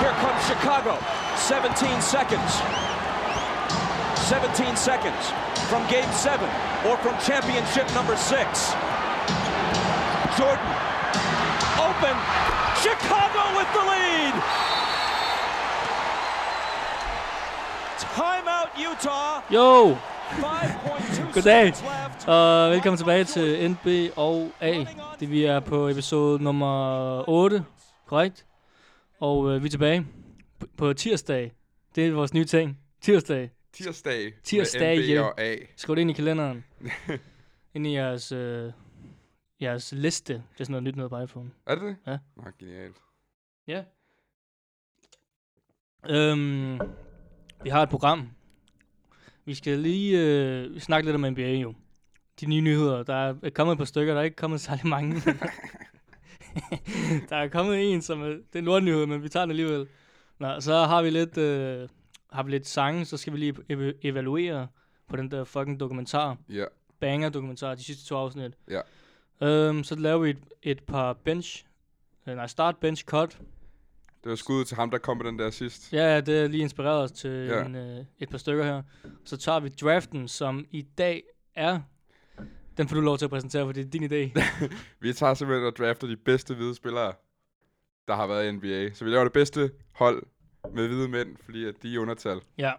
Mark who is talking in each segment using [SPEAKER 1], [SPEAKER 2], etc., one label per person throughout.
[SPEAKER 1] Here comes Chicago. 17 seconds. 17 seconds from game seven or from championship number six. Jordan open. Chicago with the lead. Timeout Utah.
[SPEAKER 2] Jo,
[SPEAKER 1] 5.2
[SPEAKER 2] Goddag,
[SPEAKER 1] seconds left.
[SPEAKER 2] og velkommen tilbage til NB og A. Det vi er på episode nummer 8, korrekt? Og øh, vi er tilbage p- på tirsdag. Det er vores nye ting. Tirsdag.
[SPEAKER 3] Tirsdag.
[SPEAKER 2] Tirsdag,
[SPEAKER 3] med
[SPEAKER 2] ja.
[SPEAKER 3] MB og A.
[SPEAKER 2] Skriv det ind i kalenderen. ind i jeres, øh, jeres liste. Det er sådan noget nyt noget på iPhone.
[SPEAKER 3] Er det det?
[SPEAKER 2] Ja.
[SPEAKER 3] Nå, genialt.
[SPEAKER 2] Ja. Øhm, vi har et program. Vi skal lige øh, snakke lidt om NBA jo. De nye nyheder. Der er kommet et par stykker, der er ikke kommet særlig mange. der er kommet en, som er, det er en lortnyhed, men vi tager den alligevel. Nå, så har vi lidt, øh, har vi lidt sange, så skal vi lige ev- evaluere på den der fucking dokumentar.
[SPEAKER 3] Ja.
[SPEAKER 2] Banger dokumentar, de sidste to afsnit.
[SPEAKER 3] Ja.
[SPEAKER 2] Øhm, så laver vi et, et par bench, øh, nej start, bench, cut,
[SPEAKER 3] Det var skud til ham, der kom med den der sidst.
[SPEAKER 2] Ja, ja, det har lige inspireret os til ja.
[SPEAKER 3] Ja.
[SPEAKER 2] en, øh, et par stykker her. Så tager vi draften, som i dag er... Den får du lov til at præsentere, for det er din idé.
[SPEAKER 3] Vi tager simpelthen og drafter de bedste hvide spillere, der har været i NBA. Så vi laver det bedste hold med hvide mænd, fordi at de er i undertal.
[SPEAKER 2] ja,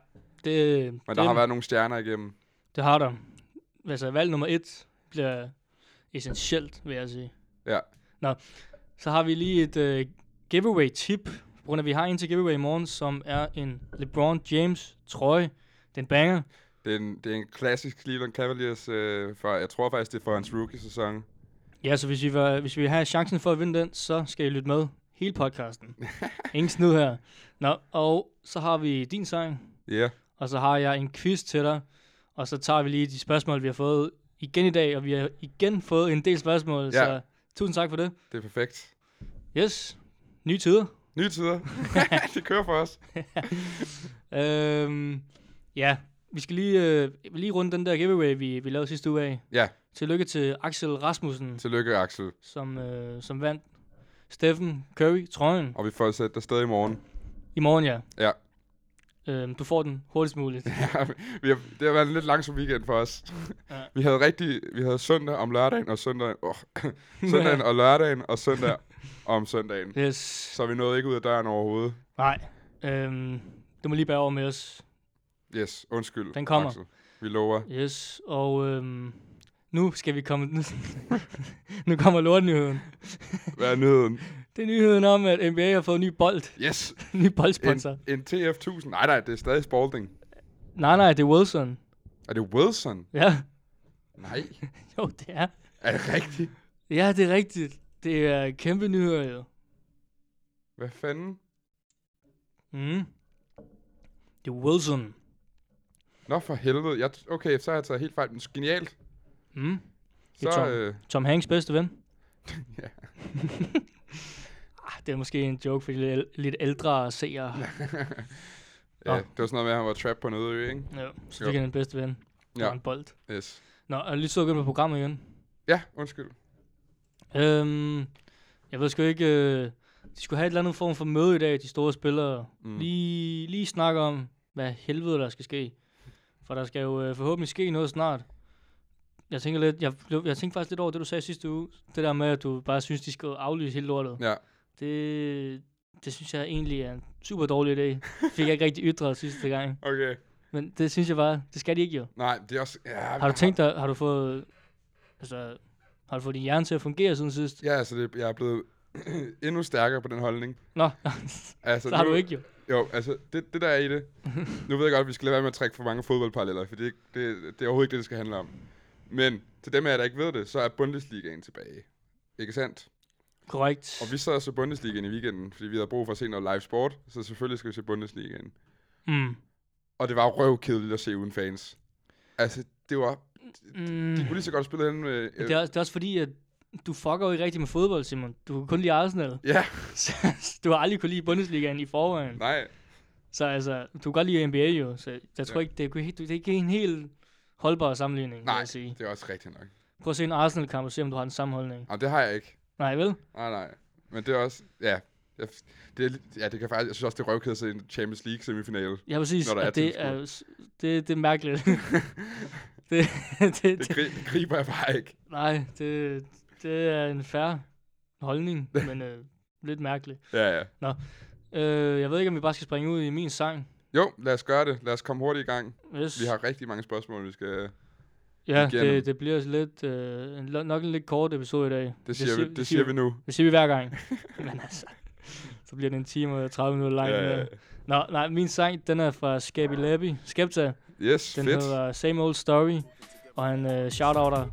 [SPEAKER 2] det, øh,
[SPEAKER 3] Men
[SPEAKER 2] det,
[SPEAKER 3] der har været nogle stjerner igennem.
[SPEAKER 2] det har der. Altså, valg nummer et bliver essentielt, vil jeg sige.
[SPEAKER 3] Ja.
[SPEAKER 2] Nå, så har vi lige et øh, giveaway-tip, på grund af, at vi har en til giveaway i morgen, som er en LeBron James-trøje. Den banger.
[SPEAKER 3] Det er en, det er en klassisk Cleveland Cavaliers, øh, for, jeg tror faktisk, det er for hans rookie-sæson.
[SPEAKER 2] Ja, så hvis vi, vil, hvis vi vil have chancen for at vinde den, så skal I lytte med hele podcasten. Ingen snyd her. Nå, og så har vi din sang,
[SPEAKER 3] Ja, yeah.
[SPEAKER 2] og så har jeg en quiz til dig, og så tager vi lige de spørgsmål, vi har fået igen i dag, og vi har igen fået en del spørgsmål, ja. så
[SPEAKER 3] Ja.
[SPEAKER 2] tusind tak for det.
[SPEAKER 3] det er perfekt.
[SPEAKER 2] Yes, nye tider.
[SPEAKER 3] Nye tider. det kører for os.
[SPEAKER 2] Øhm, ja, vi skal lige, øh, lige runde den der giveaway, vi, vi lavede sidste uge af.
[SPEAKER 3] Ja,
[SPEAKER 2] Tillykke til Axel Rasmussen,
[SPEAKER 3] tillykke Axel.
[SPEAKER 2] som, øh, som vandt Steffen Curry trøjen.
[SPEAKER 3] Og vi får sat dig sted i morgen.
[SPEAKER 2] I morgen, ja.
[SPEAKER 3] Ja.
[SPEAKER 2] Øhm, du får den hurtigst muligt.
[SPEAKER 3] Ja, vi har, det har været en lidt langsom weekend for os.
[SPEAKER 2] Ja.
[SPEAKER 3] Ja. Vi havde rigtig, vi havde søndag om lørdagen og søndag, oh, søndagen og lørdagen og søndag om søndagen.
[SPEAKER 2] yes.
[SPEAKER 3] Så vi nåede ikke ud af døren overhovedet.
[SPEAKER 2] Nej. Øhm, du må lige bære over med os.
[SPEAKER 3] Yes, undskyld.
[SPEAKER 2] Den kommer.
[SPEAKER 3] Axel. Vi lover.
[SPEAKER 2] Yes. Og øhm, nu skal vi komme... Nu, nu kommer lortnyheden.
[SPEAKER 3] Hvad er nyheden?
[SPEAKER 2] Det er nyheden om, at NBA har fået ny bold.
[SPEAKER 3] Yes,
[SPEAKER 2] Ny
[SPEAKER 3] en,
[SPEAKER 2] boldsponsor.
[SPEAKER 3] en TF1000. Nej, nej, det er stadig Spalding.
[SPEAKER 2] Nej, nej, det er Wilson.
[SPEAKER 3] Er det Wilson?
[SPEAKER 2] Ja.
[SPEAKER 3] Nej.
[SPEAKER 2] Jo, det er.
[SPEAKER 3] Er det rigtigt?
[SPEAKER 2] Ja, det er rigtigt. Det er kæmpe nyheder, jo.
[SPEAKER 3] Hvad fanden?
[SPEAKER 2] Mm. Det er Wilson.
[SPEAKER 3] Nå for helvede. Jeg, okay, så har jeg taget helt fejl. Men genialt.
[SPEAKER 2] Mm. Det er
[SPEAKER 3] Så,
[SPEAKER 2] Tom.
[SPEAKER 3] øh,
[SPEAKER 2] Tom Hanks bedste ven.
[SPEAKER 3] ja.
[SPEAKER 2] Ah, det er måske en joke for de lidt, lidt ældre seere.
[SPEAKER 3] ja,
[SPEAKER 2] Nå.
[SPEAKER 3] det var sådan noget med, at han var trapped på en øde ø, ikke?
[SPEAKER 2] Ja, så
[SPEAKER 3] Jo.
[SPEAKER 2] fik han den bedste ven. Det
[SPEAKER 3] Ja.
[SPEAKER 2] var en bold.
[SPEAKER 3] Yes.
[SPEAKER 2] Nå, og lige så igen på programmet igen.
[SPEAKER 3] Ja, undskyld.
[SPEAKER 2] Øhm, jeg ved sgu ikke, øh, de skulle have et eller andet form for møde i dag, de store spillere. Mm.
[SPEAKER 3] Mm.
[SPEAKER 2] Lige, lige snakke om, hvad helvede der skal ske. For der skal jo øh, forhåbentlig ske noget snart. Jeg tænker, lidt, jeg, jeg tænkte faktisk lidt over det, du sagde sidste uge. Det der med, at du bare synes, de skal aflyse hele lortet.
[SPEAKER 3] Ja.
[SPEAKER 2] Det, det synes jeg egentlig er en super dårlig idé. Fik jeg ikke rigtig ytret sidste gang.
[SPEAKER 3] Okay.
[SPEAKER 2] Men det synes jeg bare, det skal de ikke jo.
[SPEAKER 3] Nej, det er også... Ja,
[SPEAKER 2] Har du tænkt dig, har du fået, altså, har du fået din hjerne til at fungere siden sidst?
[SPEAKER 3] Ja, altså, det, jeg er blevet endnu stærkere på den holdning.
[SPEAKER 2] Nå,
[SPEAKER 3] Altså,
[SPEAKER 2] så har
[SPEAKER 3] nu,
[SPEAKER 2] du ikke jo.
[SPEAKER 3] Jo, altså, det, det der er i det. nu ved jeg godt, at vi skal lade være med at trække for mange fodboldparalleller, for det, er ikke- det, det er overhovedet ikke det, det skal handle om. Men til dem af jer, der ikke ved det, så er Bundesligaen tilbage. Ikke sandt?
[SPEAKER 2] Korrekt.
[SPEAKER 3] Og vi sad og så Bundesligaen i weekenden, fordi vi havde brug for at se noget live sport, så selvfølgelig skal vi se Bundesligaen.
[SPEAKER 2] Mm.
[SPEAKER 3] Og det var røvkedeligt at se uden fans. Altså, det var...
[SPEAKER 2] Mm.
[SPEAKER 3] De kunne lige så godt spille hen med...
[SPEAKER 2] Men Det, er, også- det er også fordi, at du fucker jo ikke rigtig med fodbold, Simon. Du kan kun lide Arsenal.
[SPEAKER 3] Ja,
[SPEAKER 2] Så du har aldrig kunne lide Bundesligaen i forvejen.
[SPEAKER 3] nej.
[SPEAKER 2] Så altså, du kan godt lide NBA jo. Så jeg tror
[SPEAKER 3] Ja.
[SPEAKER 2] ikke, det er, det er ikke en helt holdbar sammenligning, vil
[SPEAKER 3] Nej,
[SPEAKER 2] jeg sige.
[SPEAKER 3] det er også rigtigt nok.
[SPEAKER 2] Prøv at se en Arsenal-kamp og se, om du har den samme holdning.
[SPEAKER 3] Jamen, Ah, det har jeg ikke.
[SPEAKER 2] Nej, vel?
[SPEAKER 3] Nej, nej. Men det er også, ja, Jeg, det, er, lidt- ja, det kan faktisk, jeg synes også, det er røvkæde at se en Champions League semifinale.
[SPEAKER 2] Ja, præcis.
[SPEAKER 3] Når der er
[SPEAKER 2] at det,
[SPEAKER 3] tilskuere.
[SPEAKER 2] er, s- det, det er mærkeligt. det, det, det,
[SPEAKER 3] Det, gri, det griber jeg bare ikke.
[SPEAKER 2] nej, det, det er en fair holdning, men øh, lidt mærkelig.
[SPEAKER 3] Ja, ja.
[SPEAKER 2] Øh, jeg ved ikke, om vi bare skal springe ud i min sang.
[SPEAKER 3] Jo, lad os gøre det. Lad os komme hurtigt i gang.
[SPEAKER 2] Yes.
[SPEAKER 3] Vi har rigtig mange spørgsmål, vi skal...
[SPEAKER 2] ja,
[SPEAKER 3] igennem.
[SPEAKER 2] det, det bliver lidt, øh, en- nok en lidt kort episode i dag.
[SPEAKER 3] Det siger, det vi, det siger vi nu.
[SPEAKER 2] Det siger vi hver gang. men altså, så bliver den en time og 30 minutter lang.
[SPEAKER 3] Ja,
[SPEAKER 2] Ja,
[SPEAKER 3] ja.
[SPEAKER 2] Nå, nej, min sang, den er fra Scabby Labby, Skepta.
[SPEAKER 3] Yes,
[SPEAKER 2] Den
[SPEAKER 3] fedt.
[SPEAKER 2] hedder Same Old Story, og han øh, shoutouter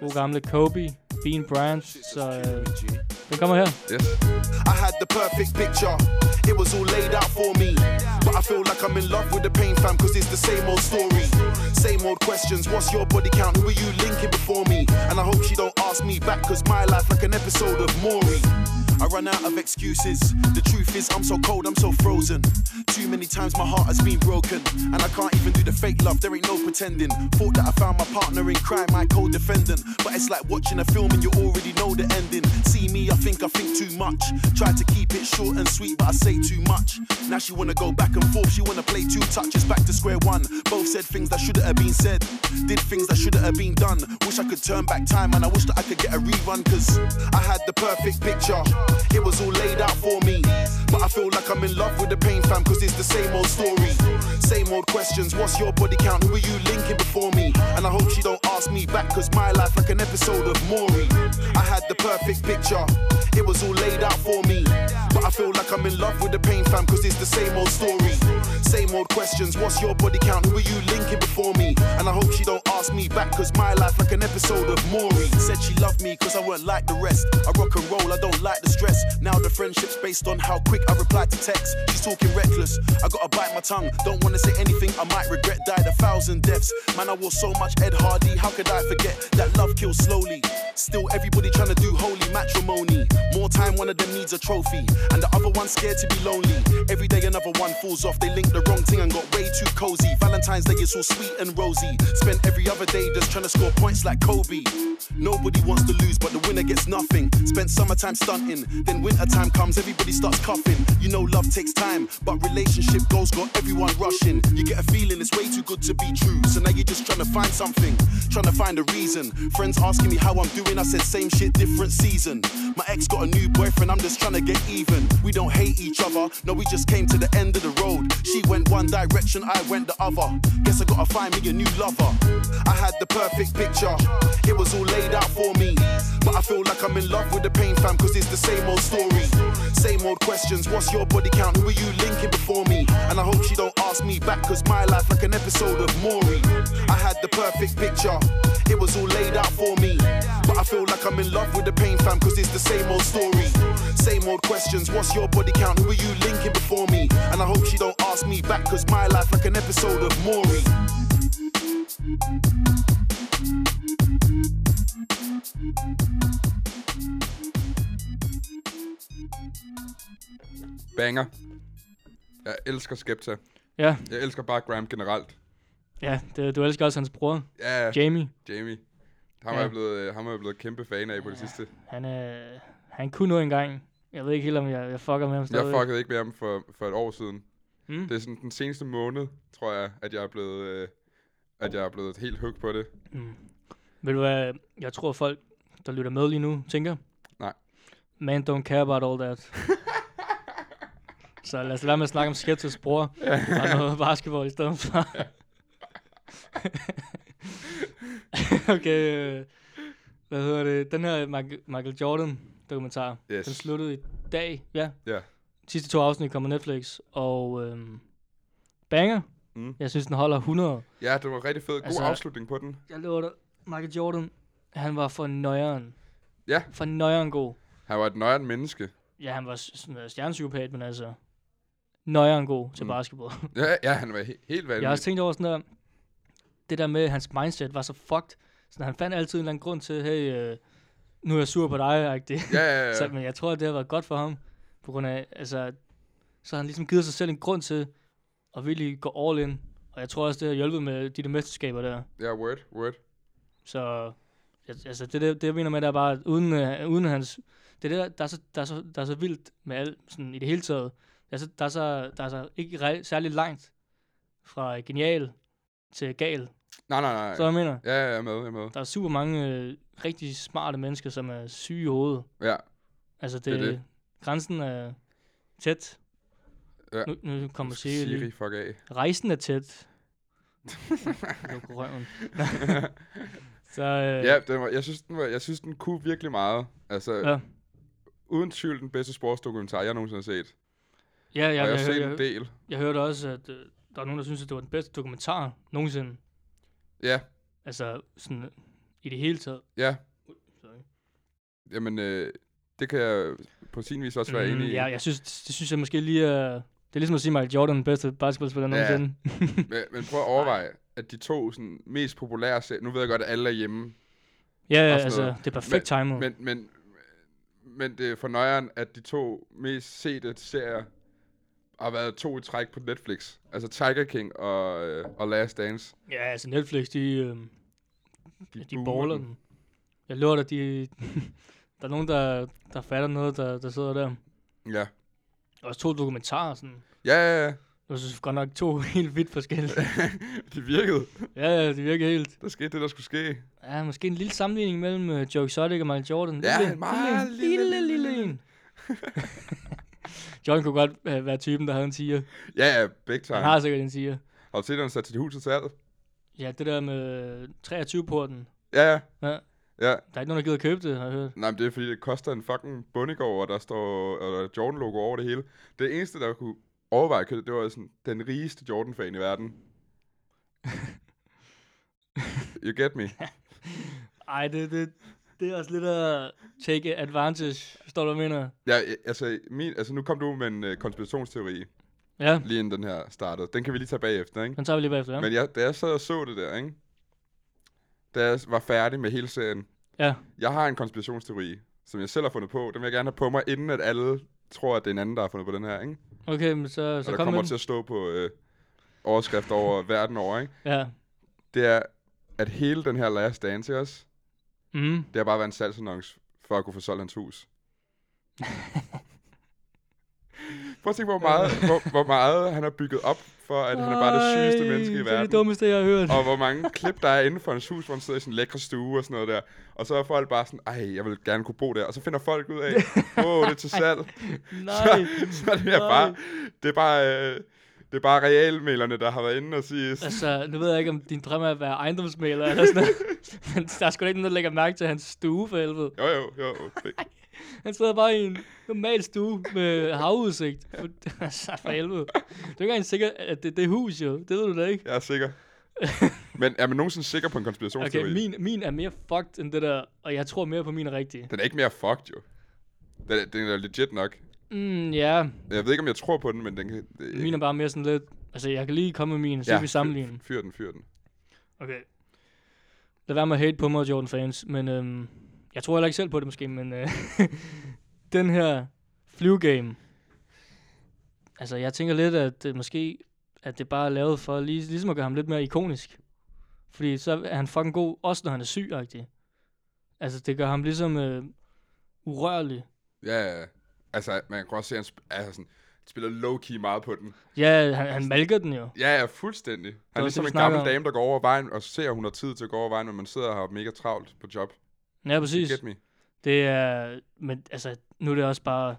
[SPEAKER 2] god gamle Kobe, Bean Bryant, så øh, den kommer her.
[SPEAKER 3] Yes.
[SPEAKER 4] I had the perfect picture. It was all laid out for me. But I feel like I'm in love with the pain, fam, cause it's the same old story. Same old questions. What's your body count? Who are you linking before me? And I hope she don't ask me back, cause my life like an episode of Maury. I run out of excuses. The truth is, I'm so cold, I'm so frozen. Too many times my heart has been broken. And I can't even do the fake love, there ain't no pretending. Thought that I found my partner in crime, my co defendant. But it's like watching a film and you already know the ending. See me, I think I think too much. Try to keep it short and sweet, but I say too much. Now she wanna go back and forth, she wanna play two touches back to square one. Both said things that shouldn't have been said, did things that shouldn't have been done. Wish I could turn back time and I wish that I could get a rerun, cause I had the perfect picture. It was all laid out for me. But I feel like I'm in love with the pain, fam, cause it's the same old story. Same old questions, what's your body count? Who are you linking before me? And I hope she don't ask me back, cause my life like an episode of Maury. I had the perfect picture. It was all laid out for me. But I feel like I'm in love with the pain, fam, cause it's the same old story. Same old questions, what's your body count? Who are you linking before me? And I hope she don't ask me back, cause my life like an episode of Maury. Said she loved me cause I weren't like the rest. I rock and roll, I don't like the stress. Now the friendship's based on how quick I reply to texts. She's talking reckless, I gotta bite my tongue. Don't wanna say anything I might regret, died a thousand deaths. Man, I wore so much Ed Hardy, how could I forget that love kills slowly? Still, everybody tryna do holy matrimony. More time, one of them needs a trophy, and the other one's scared to be lonely. Every day, another one falls off. They link the wrong thing and got way too cozy. Valentine's Day is all sweet and rosy. Spend every other day just tryna score points like Kobe. Nobody wants to lose, but the winner gets nothing. Spent summertime stunting, then wintertime comes, everybody starts coughing. You know, love takes time, but relationship goals got everyone rushing. You get a feeling it's way too good to be true, so now you're just tryna find something, tryna find a reason. Friends asking me how I'm doing, I said same shit, different season. My ex got a new boyfriend, I'm just tryna get even. We don't hate each other, no, we just came to the end of the road. She went one direction, I went the other. Guess I gotta find me a new lover. I had the perfect picture, it was all laid out for me. But I feel like I'm in love with the pain, fam, cause it's the same old story. Same old questions, what's your body count? Who are you linking before me? And I hope she don't ask me back, cause my life like an episode of Maury. I had the perfect picture, it was all laid out for me. But I feel like I'm in love with the pain, fam, cause it's the same old story. Same old questions, what's your body count? Who are you linking before me? And I hope she don't ask me back, cause my life like an episode of Maury.
[SPEAKER 3] Banger. Jeg elsker Skepta.
[SPEAKER 2] Ja,
[SPEAKER 3] Jeg elsker bare Graham generelt.
[SPEAKER 2] ja det, du elsker også hans bror,
[SPEAKER 3] Ja,
[SPEAKER 2] Jamie.
[SPEAKER 3] Jamie. Ham,
[SPEAKER 2] Ja.
[SPEAKER 3] er jeg blevet, øh, ham er jeg blevet kæmpe fan af på det sidste.
[SPEAKER 2] Han, øh, han kunne nu engang. Jeg ved ikke helt, om jeg, jeg fucker med ham
[SPEAKER 3] Jeg
[SPEAKER 2] stadig.
[SPEAKER 3] fuckede ikke med ham for, for et år siden.
[SPEAKER 2] Mm.
[SPEAKER 3] Mm. Det er sådan den seneste måned, tror jeg, at jeg er blevet, øh, at jeg er blevet helt hooked på det.
[SPEAKER 2] Ved du hvad, jeg tror folk, der lytter med lige nu, tænker?
[SPEAKER 3] Nej.
[SPEAKER 2] Man don't care about all that. så lad os lade være med at snakke om Skeptas bror og noget basketball i stedet for. okay, øh, hvad hedder det? Den her Michael- Michael Jordan dokumentar,
[SPEAKER 3] Yes.
[SPEAKER 2] den sluttede i dag. Ja,
[SPEAKER 3] Ja.
[SPEAKER 2] sidste to afsnit kommer Netflix, og øhm, banger.
[SPEAKER 3] Mm.
[SPEAKER 2] Jeg synes, den holder 100.
[SPEAKER 3] Ja, det var en rigtig fed. God
[SPEAKER 2] Altså-
[SPEAKER 3] altså, afslutning på den.
[SPEAKER 2] Jeg lover dig, Michael Jordan, han var for nøjeren.
[SPEAKER 3] Ja.
[SPEAKER 2] For nøjeren god.
[SPEAKER 3] Han var et nøjeren menneske.
[SPEAKER 2] Ja, han var s- sådan en stjernepsykopat, men altså... Nøjeren god til mm. basketball.
[SPEAKER 3] Ja, ja han var he- helt
[SPEAKER 2] jeg har også
[SPEAKER 3] vanvittig.
[SPEAKER 2] tænkt over sådan der... Det der med, at hans mindset var så fucked. Så han fandt altid en eller anden grund til, hey, øh, nu er jeg sur på dig, agtig.
[SPEAKER 3] Ja, ja,
[SPEAKER 2] Så,
[SPEAKER 3] ja.
[SPEAKER 2] men jeg tror, at det har været godt for ham. På grund af, altså... Så har han ligesom givet sig selv en grund til at virkelig gå all in. Og jeg tror også, det har hjulpet med de der mesterskaber der.
[SPEAKER 3] Ja, word, word.
[SPEAKER 2] Så al- altså, det, det, det jeg mener med, der bare, at uden, øh, uden hans, det er det, der, der, er så, der, er så, der er så vildt med alt, sådan i det hele taget. Der er så, der er så, der er så ikke re- særlig langt fra genial til gal.
[SPEAKER 3] Nej, nej, nej.
[SPEAKER 2] Så jeg mener,
[SPEAKER 3] Ja, ja, jeg er med, jeg er med.
[SPEAKER 2] der er super mange øh, rigtig smarte mennesker, som er syge i hovedet.
[SPEAKER 3] Ja.
[SPEAKER 2] Altså, det,
[SPEAKER 3] Det er
[SPEAKER 2] det,
[SPEAKER 3] det.
[SPEAKER 2] grænsen er tæt.
[SPEAKER 3] Ja.
[SPEAKER 2] Nu, nu kommer Siri
[SPEAKER 3] Siri,
[SPEAKER 2] lige.
[SPEAKER 3] fuck af.
[SPEAKER 2] Rejsen er tæt. Luk røven. så, øh,
[SPEAKER 3] ja, den var, jeg, synes, den var, jeg synes, den kunne virkelig meget. Altså, ja.
[SPEAKER 2] ja.
[SPEAKER 3] uden tvivl den bedste sportsdokumentar, jeg nogensinde har set.
[SPEAKER 2] Ja, jeg,
[SPEAKER 3] og
[SPEAKER 2] jeg,
[SPEAKER 3] jeg har
[SPEAKER 2] jeg,
[SPEAKER 3] set en
[SPEAKER 2] jeg,
[SPEAKER 3] del.
[SPEAKER 2] jeg hørte også, at øh, der var nogen, der synes, at det var den bedste dokumentar nogensinde.
[SPEAKER 3] Ja,
[SPEAKER 2] Altså, sådan i det hele taget.
[SPEAKER 3] ja.
[SPEAKER 2] Sorry.
[SPEAKER 3] Jamen, øh, det kan jeg på sin vis også være enig i.
[SPEAKER 2] Mm, ja, jeg synes, det synes jeg måske lige er... Det er ligesom at sige, at Michael Jordan er den bedste basketballspiller
[SPEAKER 3] Ja.
[SPEAKER 2] nogensinde.
[SPEAKER 3] Men, men prøv at overveje, at de to sådan, mest populære serier... Nu ved jeg godt, at alle er hjemme.
[SPEAKER 2] Ja, ja
[SPEAKER 3] Og sådan
[SPEAKER 2] altså,
[SPEAKER 3] noget.
[SPEAKER 2] det er perfekt timet.
[SPEAKER 3] Men, men, men det er for nøjeren, at de to mest sete serier har været to i træk på Netflix. Altså Tiger King og, øh, og Last Dance.
[SPEAKER 2] Ja, altså Netflix, de, øh, de, de
[SPEAKER 3] boomer
[SPEAKER 2] baller
[SPEAKER 3] den.
[SPEAKER 2] den. Jeg lover dig, de, der er nogen, der, der fatter noget, der, der sidder der.
[SPEAKER 3] Ja.
[SPEAKER 2] Også to dokumentarer, sådan.
[SPEAKER 3] Ja, ja, ja.
[SPEAKER 2] Jeg synes godt nok to helt vidt forskellige.
[SPEAKER 3] de virkede.
[SPEAKER 2] ja, ja, det virker helt.
[SPEAKER 3] Der skete det, der skulle ske.
[SPEAKER 2] Ja, måske en lille sammenligning mellem uh, Joe Exotic og Michael Jordan.
[SPEAKER 3] Ja,
[SPEAKER 2] Lille-
[SPEAKER 3] en meget
[SPEAKER 2] lille,
[SPEAKER 3] lille,
[SPEAKER 2] lille,
[SPEAKER 3] lille,
[SPEAKER 2] lille,
[SPEAKER 3] lille.
[SPEAKER 2] en. Jordan kunne godt uh, være typen, der havde en tiger.
[SPEAKER 3] Ja, ja, big time.
[SPEAKER 2] Han har sikkert en tiger.
[SPEAKER 3] Har du set, at han sat sit hus til salg?
[SPEAKER 2] Ja, det der med 23-porten.
[SPEAKER 3] Ja, ja.
[SPEAKER 2] Ja,
[SPEAKER 3] Ja,
[SPEAKER 2] der er ikke nogen, der gider at købe det, har jeg hørt.
[SPEAKER 3] nej, men det er fordi, det koster en fucking bundegård, og der står og der er Jordan-logo over det hele. Det eneste, der kunne overveje at købe det, det var sådan, den rigeste Jordan-fan i verden. you get me?
[SPEAKER 2] Ej, det, det, det er også lidt at take advantage, forstår du, hvad jeg mener?
[SPEAKER 3] Ja, øh, altså, min, altså nu kom du med en øh, konspirationsteori,
[SPEAKER 2] Ja,
[SPEAKER 3] lige inden den her startede. Den kan vi lige tage bagefter, ikke?
[SPEAKER 2] den tager vi lige bagefter, ja.
[SPEAKER 3] Men jeg, da jeg sad og så det der, ikke? Da jeg var færdig med hele serien,
[SPEAKER 2] ja.
[SPEAKER 3] jeg har en konspirationsteori, som jeg selv har fundet på. Den vil jeg gerne have på mig, inden at alle tror, at det er en anden, der har fundet på den her, ikke?
[SPEAKER 2] Okay, men så, så
[SPEAKER 3] Så og der
[SPEAKER 2] kom med
[SPEAKER 3] kommer
[SPEAKER 2] den.
[SPEAKER 3] til at stå på øh, overskrifter over verden over, ikke?
[SPEAKER 2] Ja.
[SPEAKER 3] Det er, at hele den her Last Dance ikke også,
[SPEAKER 2] Mm.
[SPEAKER 3] det har bare været en salgsannonce for at kunne få solgt hans hus. Prøv at tænke, hvor meget, hvor, hvor meget han har bygget op for, at han er bare det sygeste menneske i
[SPEAKER 2] Det er det
[SPEAKER 3] verden.
[SPEAKER 2] dummeste, jeg har hørt.
[SPEAKER 3] Og hvor mange klip, der er inden for hans hus, hvor han sidder i sin lækre stue og sådan noget der. Og så er folk bare sådan, ej, jeg vil gerne kunne bo der. Og så finder folk ud af, åh, oh, det er til salg.
[SPEAKER 2] Nej.
[SPEAKER 3] så det
[SPEAKER 2] nej.
[SPEAKER 3] er bare, det er bare, øh, det er bare realmælerne, der har været inde og sige, sådan,
[SPEAKER 2] Altså, nu ved jeg ikke, om din drøm er at være ejendomsmaler eller sådan noget. Men der er sgu da ikke nogen, der lægger mærke til hans stue for helvede.
[SPEAKER 3] jo jo, jo, det-
[SPEAKER 2] Han sidder bare i en normal stue med havudsigt. For- altså, for helvede. Du er ikke engang sikker, at det, det er hus jo. Det ved du da ikke.
[SPEAKER 3] jeg er sikker. Men er man nogensinde sikker på en konspirationsteori?
[SPEAKER 2] Okay, min, min er mere fucked end det der, og jeg tror mere på min rigtige.
[SPEAKER 3] Den er ikke mere fucked, jo. Den er, den er legit nok.
[SPEAKER 2] Mm, ja,
[SPEAKER 3] Jeg ved ikke, om jeg tror på den, men den kan... Det,
[SPEAKER 2] min er bare mere sådan lidt... Altså, jeg kan lige komme med min, og så ja, vi sammenligne.
[SPEAKER 3] fyr- Fyr den, fyr den.
[SPEAKER 2] Okay. Lad være med at hate på mig, Jordan fans, men øhm, jeg tror heller ikke selv på det måske, men øh, den her flyvegame, altså jeg tænker lidt, at øh, måske, at det bare er lavet for lige, ligesom at gøre ham lidt mere ikonisk. Fordi så er han fucking god, også når han er syg -agtig. Altså det gør ham ligesom øh, urørlig.
[SPEAKER 3] Ja, ja, ja. Altså, man kan også se, at han, sp- altså sådan, han spiller low-key meget på den.
[SPEAKER 2] Ja, han, han malker den jo.
[SPEAKER 3] Ja, ja, fuldstændig. Han er
[SPEAKER 2] var
[SPEAKER 3] ligesom
[SPEAKER 2] det, vi
[SPEAKER 3] en
[SPEAKER 2] snakkede
[SPEAKER 3] gammel
[SPEAKER 2] om.
[SPEAKER 3] dame, der går over vejen, og ser, at hun har tid til at gå over vejen, men man sidder og har mega travlt på job.
[SPEAKER 2] Ja,
[SPEAKER 3] You
[SPEAKER 2] præcis.
[SPEAKER 3] Get me?
[SPEAKER 2] Det er, men altså, nu er det også bare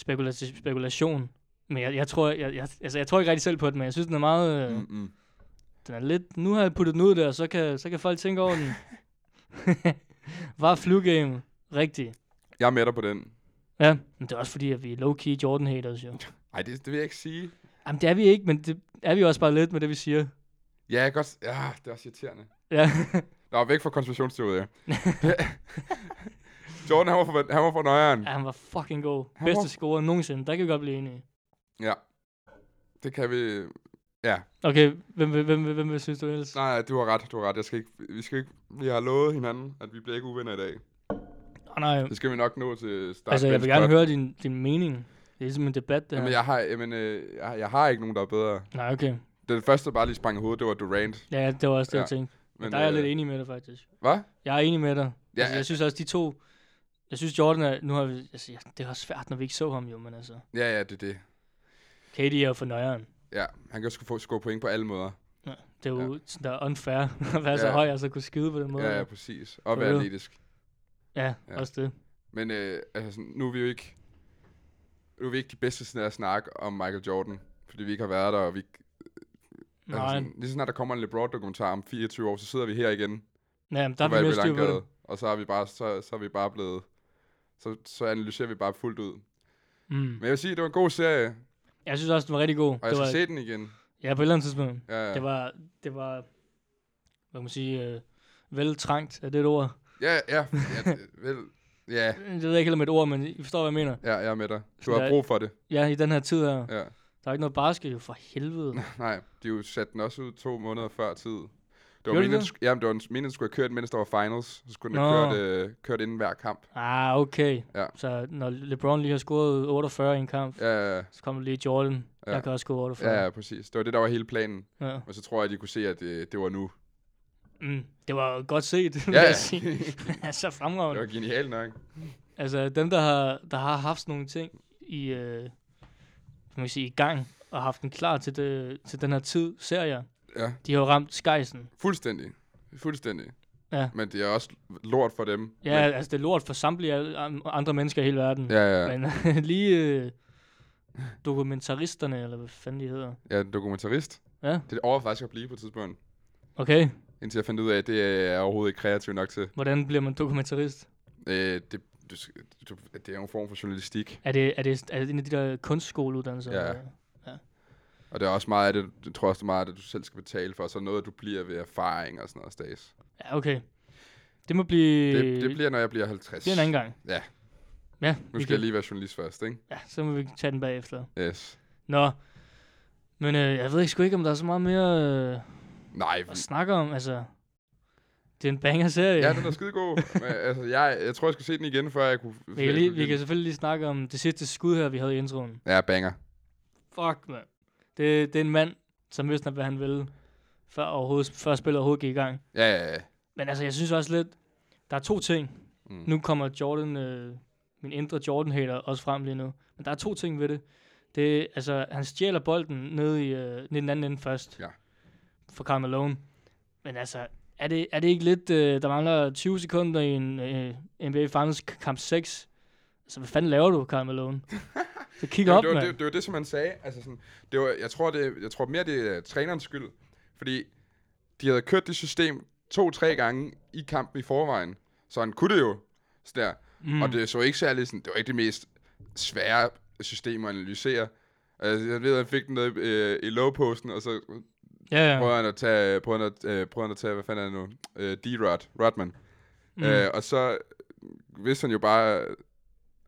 [SPEAKER 2] spekula- spekulation. Men jeg, jeg, tror, jeg, jeg, altså, jeg tror ikke rigtig selv på det, men jeg synes, den er meget, øh,
[SPEAKER 3] Mm-mm.
[SPEAKER 2] den er lidt, nu har jeg puttet den ud der, så kan, så kan folk tænke over den. Var flugame rigtig?
[SPEAKER 3] Jeg er med dig på den.
[SPEAKER 2] Ja, men det er også fordi, at vi er low-key Jordan-haters jo.
[SPEAKER 3] Ej, det, det vil jeg ikke sige.
[SPEAKER 2] Jamen, det er vi ikke, men det er vi også bare lidt med det, vi siger.
[SPEAKER 3] Ja, jeg kan godt... s- Ja, det er også irriterende.
[SPEAKER 2] Ja,
[SPEAKER 3] Nå, væk fra konspirationsteorier. Jordan, han var for, han var for nøjeren.
[SPEAKER 2] ja han var fucking god.
[SPEAKER 3] Han var-
[SPEAKER 2] Bedste scorer nogensinde, der kan vi godt blive enige.
[SPEAKER 3] Ja. Det kan vi... Ja.
[SPEAKER 2] Okay, hvem, hvem, hvem, hvem, hvem synes du ellers?
[SPEAKER 3] Nej, nej, du har ret, du har ret. Jeg skal ikke... Vi, skal ikke... vi har lovet hinanden, at vi bliver ikke uvenner i dag.
[SPEAKER 2] Oh, nej,
[SPEAKER 3] Det skal vi nok nå til start.
[SPEAKER 2] altså jeg
[SPEAKER 3] Ben's
[SPEAKER 2] vil gerne
[SPEAKER 3] Cup.
[SPEAKER 2] høre din, din mening. Det er ligesom en debat, det her.
[SPEAKER 3] Jamen, jeg har, jamen, øh, jeg, har- jeg har ikke nogen, der er bedre.
[SPEAKER 2] Nej, okay.
[SPEAKER 3] Den første, der bare lige sprang i hovedet, det var Durant.
[SPEAKER 2] Ja, ja, det var også det,
[SPEAKER 3] Ja,
[SPEAKER 2] jeg tænkte. Men
[SPEAKER 3] Men,
[SPEAKER 2] der er jeg
[SPEAKER 3] øh,
[SPEAKER 2] lidt enig med dig, faktisk.
[SPEAKER 3] Hvad?
[SPEAKER 2] Jeg er enig med dig. Ja,
[SPEAKER 3] Ja,
[SPEAKER 2] altså, jeg synes også, de to Jeg synes, Jordan er... Nu har vi, altså, ja, det var svært, når vi ikke så ham jo, men altså...
[SPEAKER 3] Ja, ja, det er det.
[SPEAKER 2] KD er jo for nøjeren.
[SPEAKER 3] Ja, han kan sgu få score point på alle måder.
[SPEAKER 2] Ja, det er jo sådan, der er unfair at være så
[SPEAKER 3] Ja.
[SPEAKER 2] høj og så kunne skide på den måde.
[SPEAKER 3] Ja, ja, præcis. Og
[SPEAKER 2] For
[SPEAKER 3] være
[SPEAKER 2] real.
[SPEAKER 3] atletisk.
[SPEAKER 2] ja,
[SPEAKER 3] Ja.
[SPEAKER 2] også det.
[SPEAKER 3] Men øh, altså, sådan, nu er vi jo ikke... Nu er vi ikke de bedste sådan, at snakke om Michael Jordan, fordi vi ikke har været der, og vi... ikke- Altså,
[SPEAKER 2] Nej,
[SPEAKER 3] sådan, lige så snart der kommer en LeBron-dokumentar om 24 år, så sidder vi her igen
[SPEAKER 2] ja, men der
[SPEAKER 3] på
[SPEAKER 2] er vi mere
[SPEAKER 3] Valby
[SPEAKER 2] styr på det.
[SPEAKER 3] Langgade, og så er vi bare, så, så er vi bare blevet... Så, så analyserer vi bare fuldt ud.
[SPEAKER 2] Mm.
[SPEAKER 3] Men jeg vil sige, det var en god serie,
[SPEAKER 2] Jeg synes også, den var rigtig god.
[SPEAKER 3] og jeg
[SPEAKER 2] det
[SPEAKER 3] skal
[SPEAKER 2] var,
[SPEAKER 3] se den igen.
[SPEAKER 2] Ja, på et eller andet tidspunkt.
[SPEAKER 3] Ja, ja.
[SPEAKER 2] Det var, det var, hvad kan man sige, øh, veltrængt af det et ord.
[SPEAKER 3] Ja, ja, ja, det- vel, ja,
[SPEAKER 2] Det ved jeg ikke helt om et ord, men I forstår, hvad jeg mener.
[SPEAKER 3] ja, jeg er med dig. Du
[SPEAKER 2] Så
[SPEAKER 3] har
[SPEAKER 2] der-
[SPEAKER 3] brug for det.
[SPEAKER 2] Ja, i den her tid her.
[SPEAKER 3] Ja.
[SPEAKER 2] Der er ikke noget basket, jo for helvede.
[SPEAKER 3] Nej, de jo satte den også ud to måneder før tid. Det var
[SPEAKER 2] Gjorde de
[SPEAKER 3] meningen,
[SPEAKER 2] det?
[SPEAKER 3] sk- jamen, det var en- meningen, den skulle have kørt, mens der var finals. Så skulle den
[SPEAKER 2] Nå.
[SPEAKER 3] have kørt, øh, kørt inden hver kamp.
[SPEAKER 2] Ah, okay.
[SPEAKER 3] Ja.
[SPEAKER 2] Så når LeBron lige har scoret 48 i en kamp,
[SPEAKER 3] Ja, ja,
[SPEAKER 2] så kommer lige Jordan.
[SPEAKER 3] Ja.
[SPEAKER 2] Ja. Jeg kan også score
[SPEAKER 3] ja,
[SPEAKER 2] 48.
[SPEAKER 3] ja, præcis. Det var det, der var hele planen.
[SPEAKER 2] Ja.
[SPEAKER 3] Og så tror jeg, at de kunne se, at øh, det, det var nu.
[SPEAKER 2] Mm, det var godt set, ja. vil
[SPEAKER 3] Ja, ja.
[SPEAKER 2] jeg sige. altså
[SPEAKER 3] Det
[SPEAKER 2] fremragende.
[SPEAKER 3] var genialt nok.
[SPEAKER 2] Altså dem, der har, der har haft sådan nogle ting i, øh, kan man sige, i gang, og haft den klar til, det, til den her tid, serier,
[SPEAKER 3] Ja,
[SPEAKER 2] de har jo ramt skejsen.
[SPEAKER 3] fuldstændig. Fuldstændig.
[SPEAKER 2] Ja.
[SPEAKER 3] Men det er også lort for dem.
[SPEAKER 2] Ja,
[SPEAKER 3] Men,
[SPEAKER 2] men, altså det er lort for samtlige al- am- andre mennesker i hele verden.
[SPEAKER 3] ja, ja.
[SPEAKER 2] Men lige øh, dokumentaristerne, eller hvad fanden de hedder.
[SPEAKER 3] Jeg er en dokumentarist.
[SPEAKER 2] Ja,
[SPEAKER 3] Det overvejede faktisk at blive på et tidspunkt.
[SPEAKER 2] okay.
[SPEAKER 3] Indtil jeg fandt ud af, at det er jeg overhovedet ikke kreativ nok til.
[SPEAKER 2] Hvordan bliver man dokumentarist?
[SPEAKER 3] Øh, det, du, skal- du, det er en form for journalistik.
[SPEAKER 2] Er det, er det, er det en af de der kunstskoleuddannelser?
[SPEAKER 3] Ja.
[SPEAKER 2] eller-
[SPEAKER 3] Og det er også meget af det, det tror jeg også det er meget af det, du selv skal betale for. Så noget, du bliver ved erfaring og sådan noget stas.
[SPEAKER 2] ja okay. Det må blive...
[SPEAKER 3] Det, det bliver, når jeg bliver 50.
[SPEAKER 2] bliver Øh, en anden gang.
[SPEAKER 3] Ja.
[SPEAKER 2] Ja,
[SPEAKER 3] Nu
[SPEAKER 2] vi
[SPEAKER 3] skal jeg
[SPEAKER 2] kan-
[SPEAKER 3] lige være journalist først, ikke?
[SPEAKER 2] ja, så må vi tage den bagefter.
[SPEAKER 3] Yes.
[SPEAKER 2] Nå, men øh, jeg ved ikke sgu ikke, om der er så meget mere øh,
[SPEAKER 3] Nej, vi-
[SPEAKER 2] at snakke om. Altså, det er en banger serie.
[SPEAKER 3] ja, den er skidegod. Men, altså, jeg, jeg tror, jeg skal se den igen, før jeg kunne...
[SPEAKER 2] vi, kan lige, vi kan selvfølgelig lige snakke om det sidste skud her, vi havde i introen.
[SPEAKER 3] Ja, banger.
[SPEAKER 2] Fuck, mand. Det, det er en mand, som vidste, hvad han ville, før, overhovedet, før spillet overhovedet gik i gang.
[SPEAKER 3] Ja, ja, ja.
[SPEAKER 2] Men altså, jeg synes også lidt, der er to ting.
[SPEAKER 3] Mm.
[SPEAKER 2] Mm. Nu kommer Jordan, øh, min indre Jordan-hater, også frem lige nu. Men der er to ting ved det. Det er, altså, han stjæler bolden ned i, øh, ned i den anden ende først.
[SPEAKER 3] Ja.
[SPEAKER 2] For Karl Malone. Men altså, er det, er det ikke lidt, øh, der mangler 20 sekunder i en øh, NBA Finals k- kamp 6? Altså, hvad fanden laver du, Karl Malone? Så kig
[SPEAKER 3] Jamen,
[SPEAKER 2] op,
[SPEAKER 3] det, var,
[SPEAKER 2] mand.
[SPEAKER 3] det, det var det, som han sagde. Altså sådan, det var, jeg, tror, det, jeg tror mere, det er trænerens skyld. Fordi de havde kørt det system to-tre gange i kampen i forvejen. Så han kunne det jo. Så der. Mm. Og det så ikke særlig sådan, det var ikke det mest svære system at analysere. Altså, jeg ved, at han fik den ned øh, i lowposten, og så
[SPEAKER 2] Ja, ja.
[SPEAKER 3] prøver han at tage, prøver han at, øh, prøver han at tage hvad fanden er det nu? Øh, D-Rod, Rodman. Mm. Øh, og så vidste han jo bare,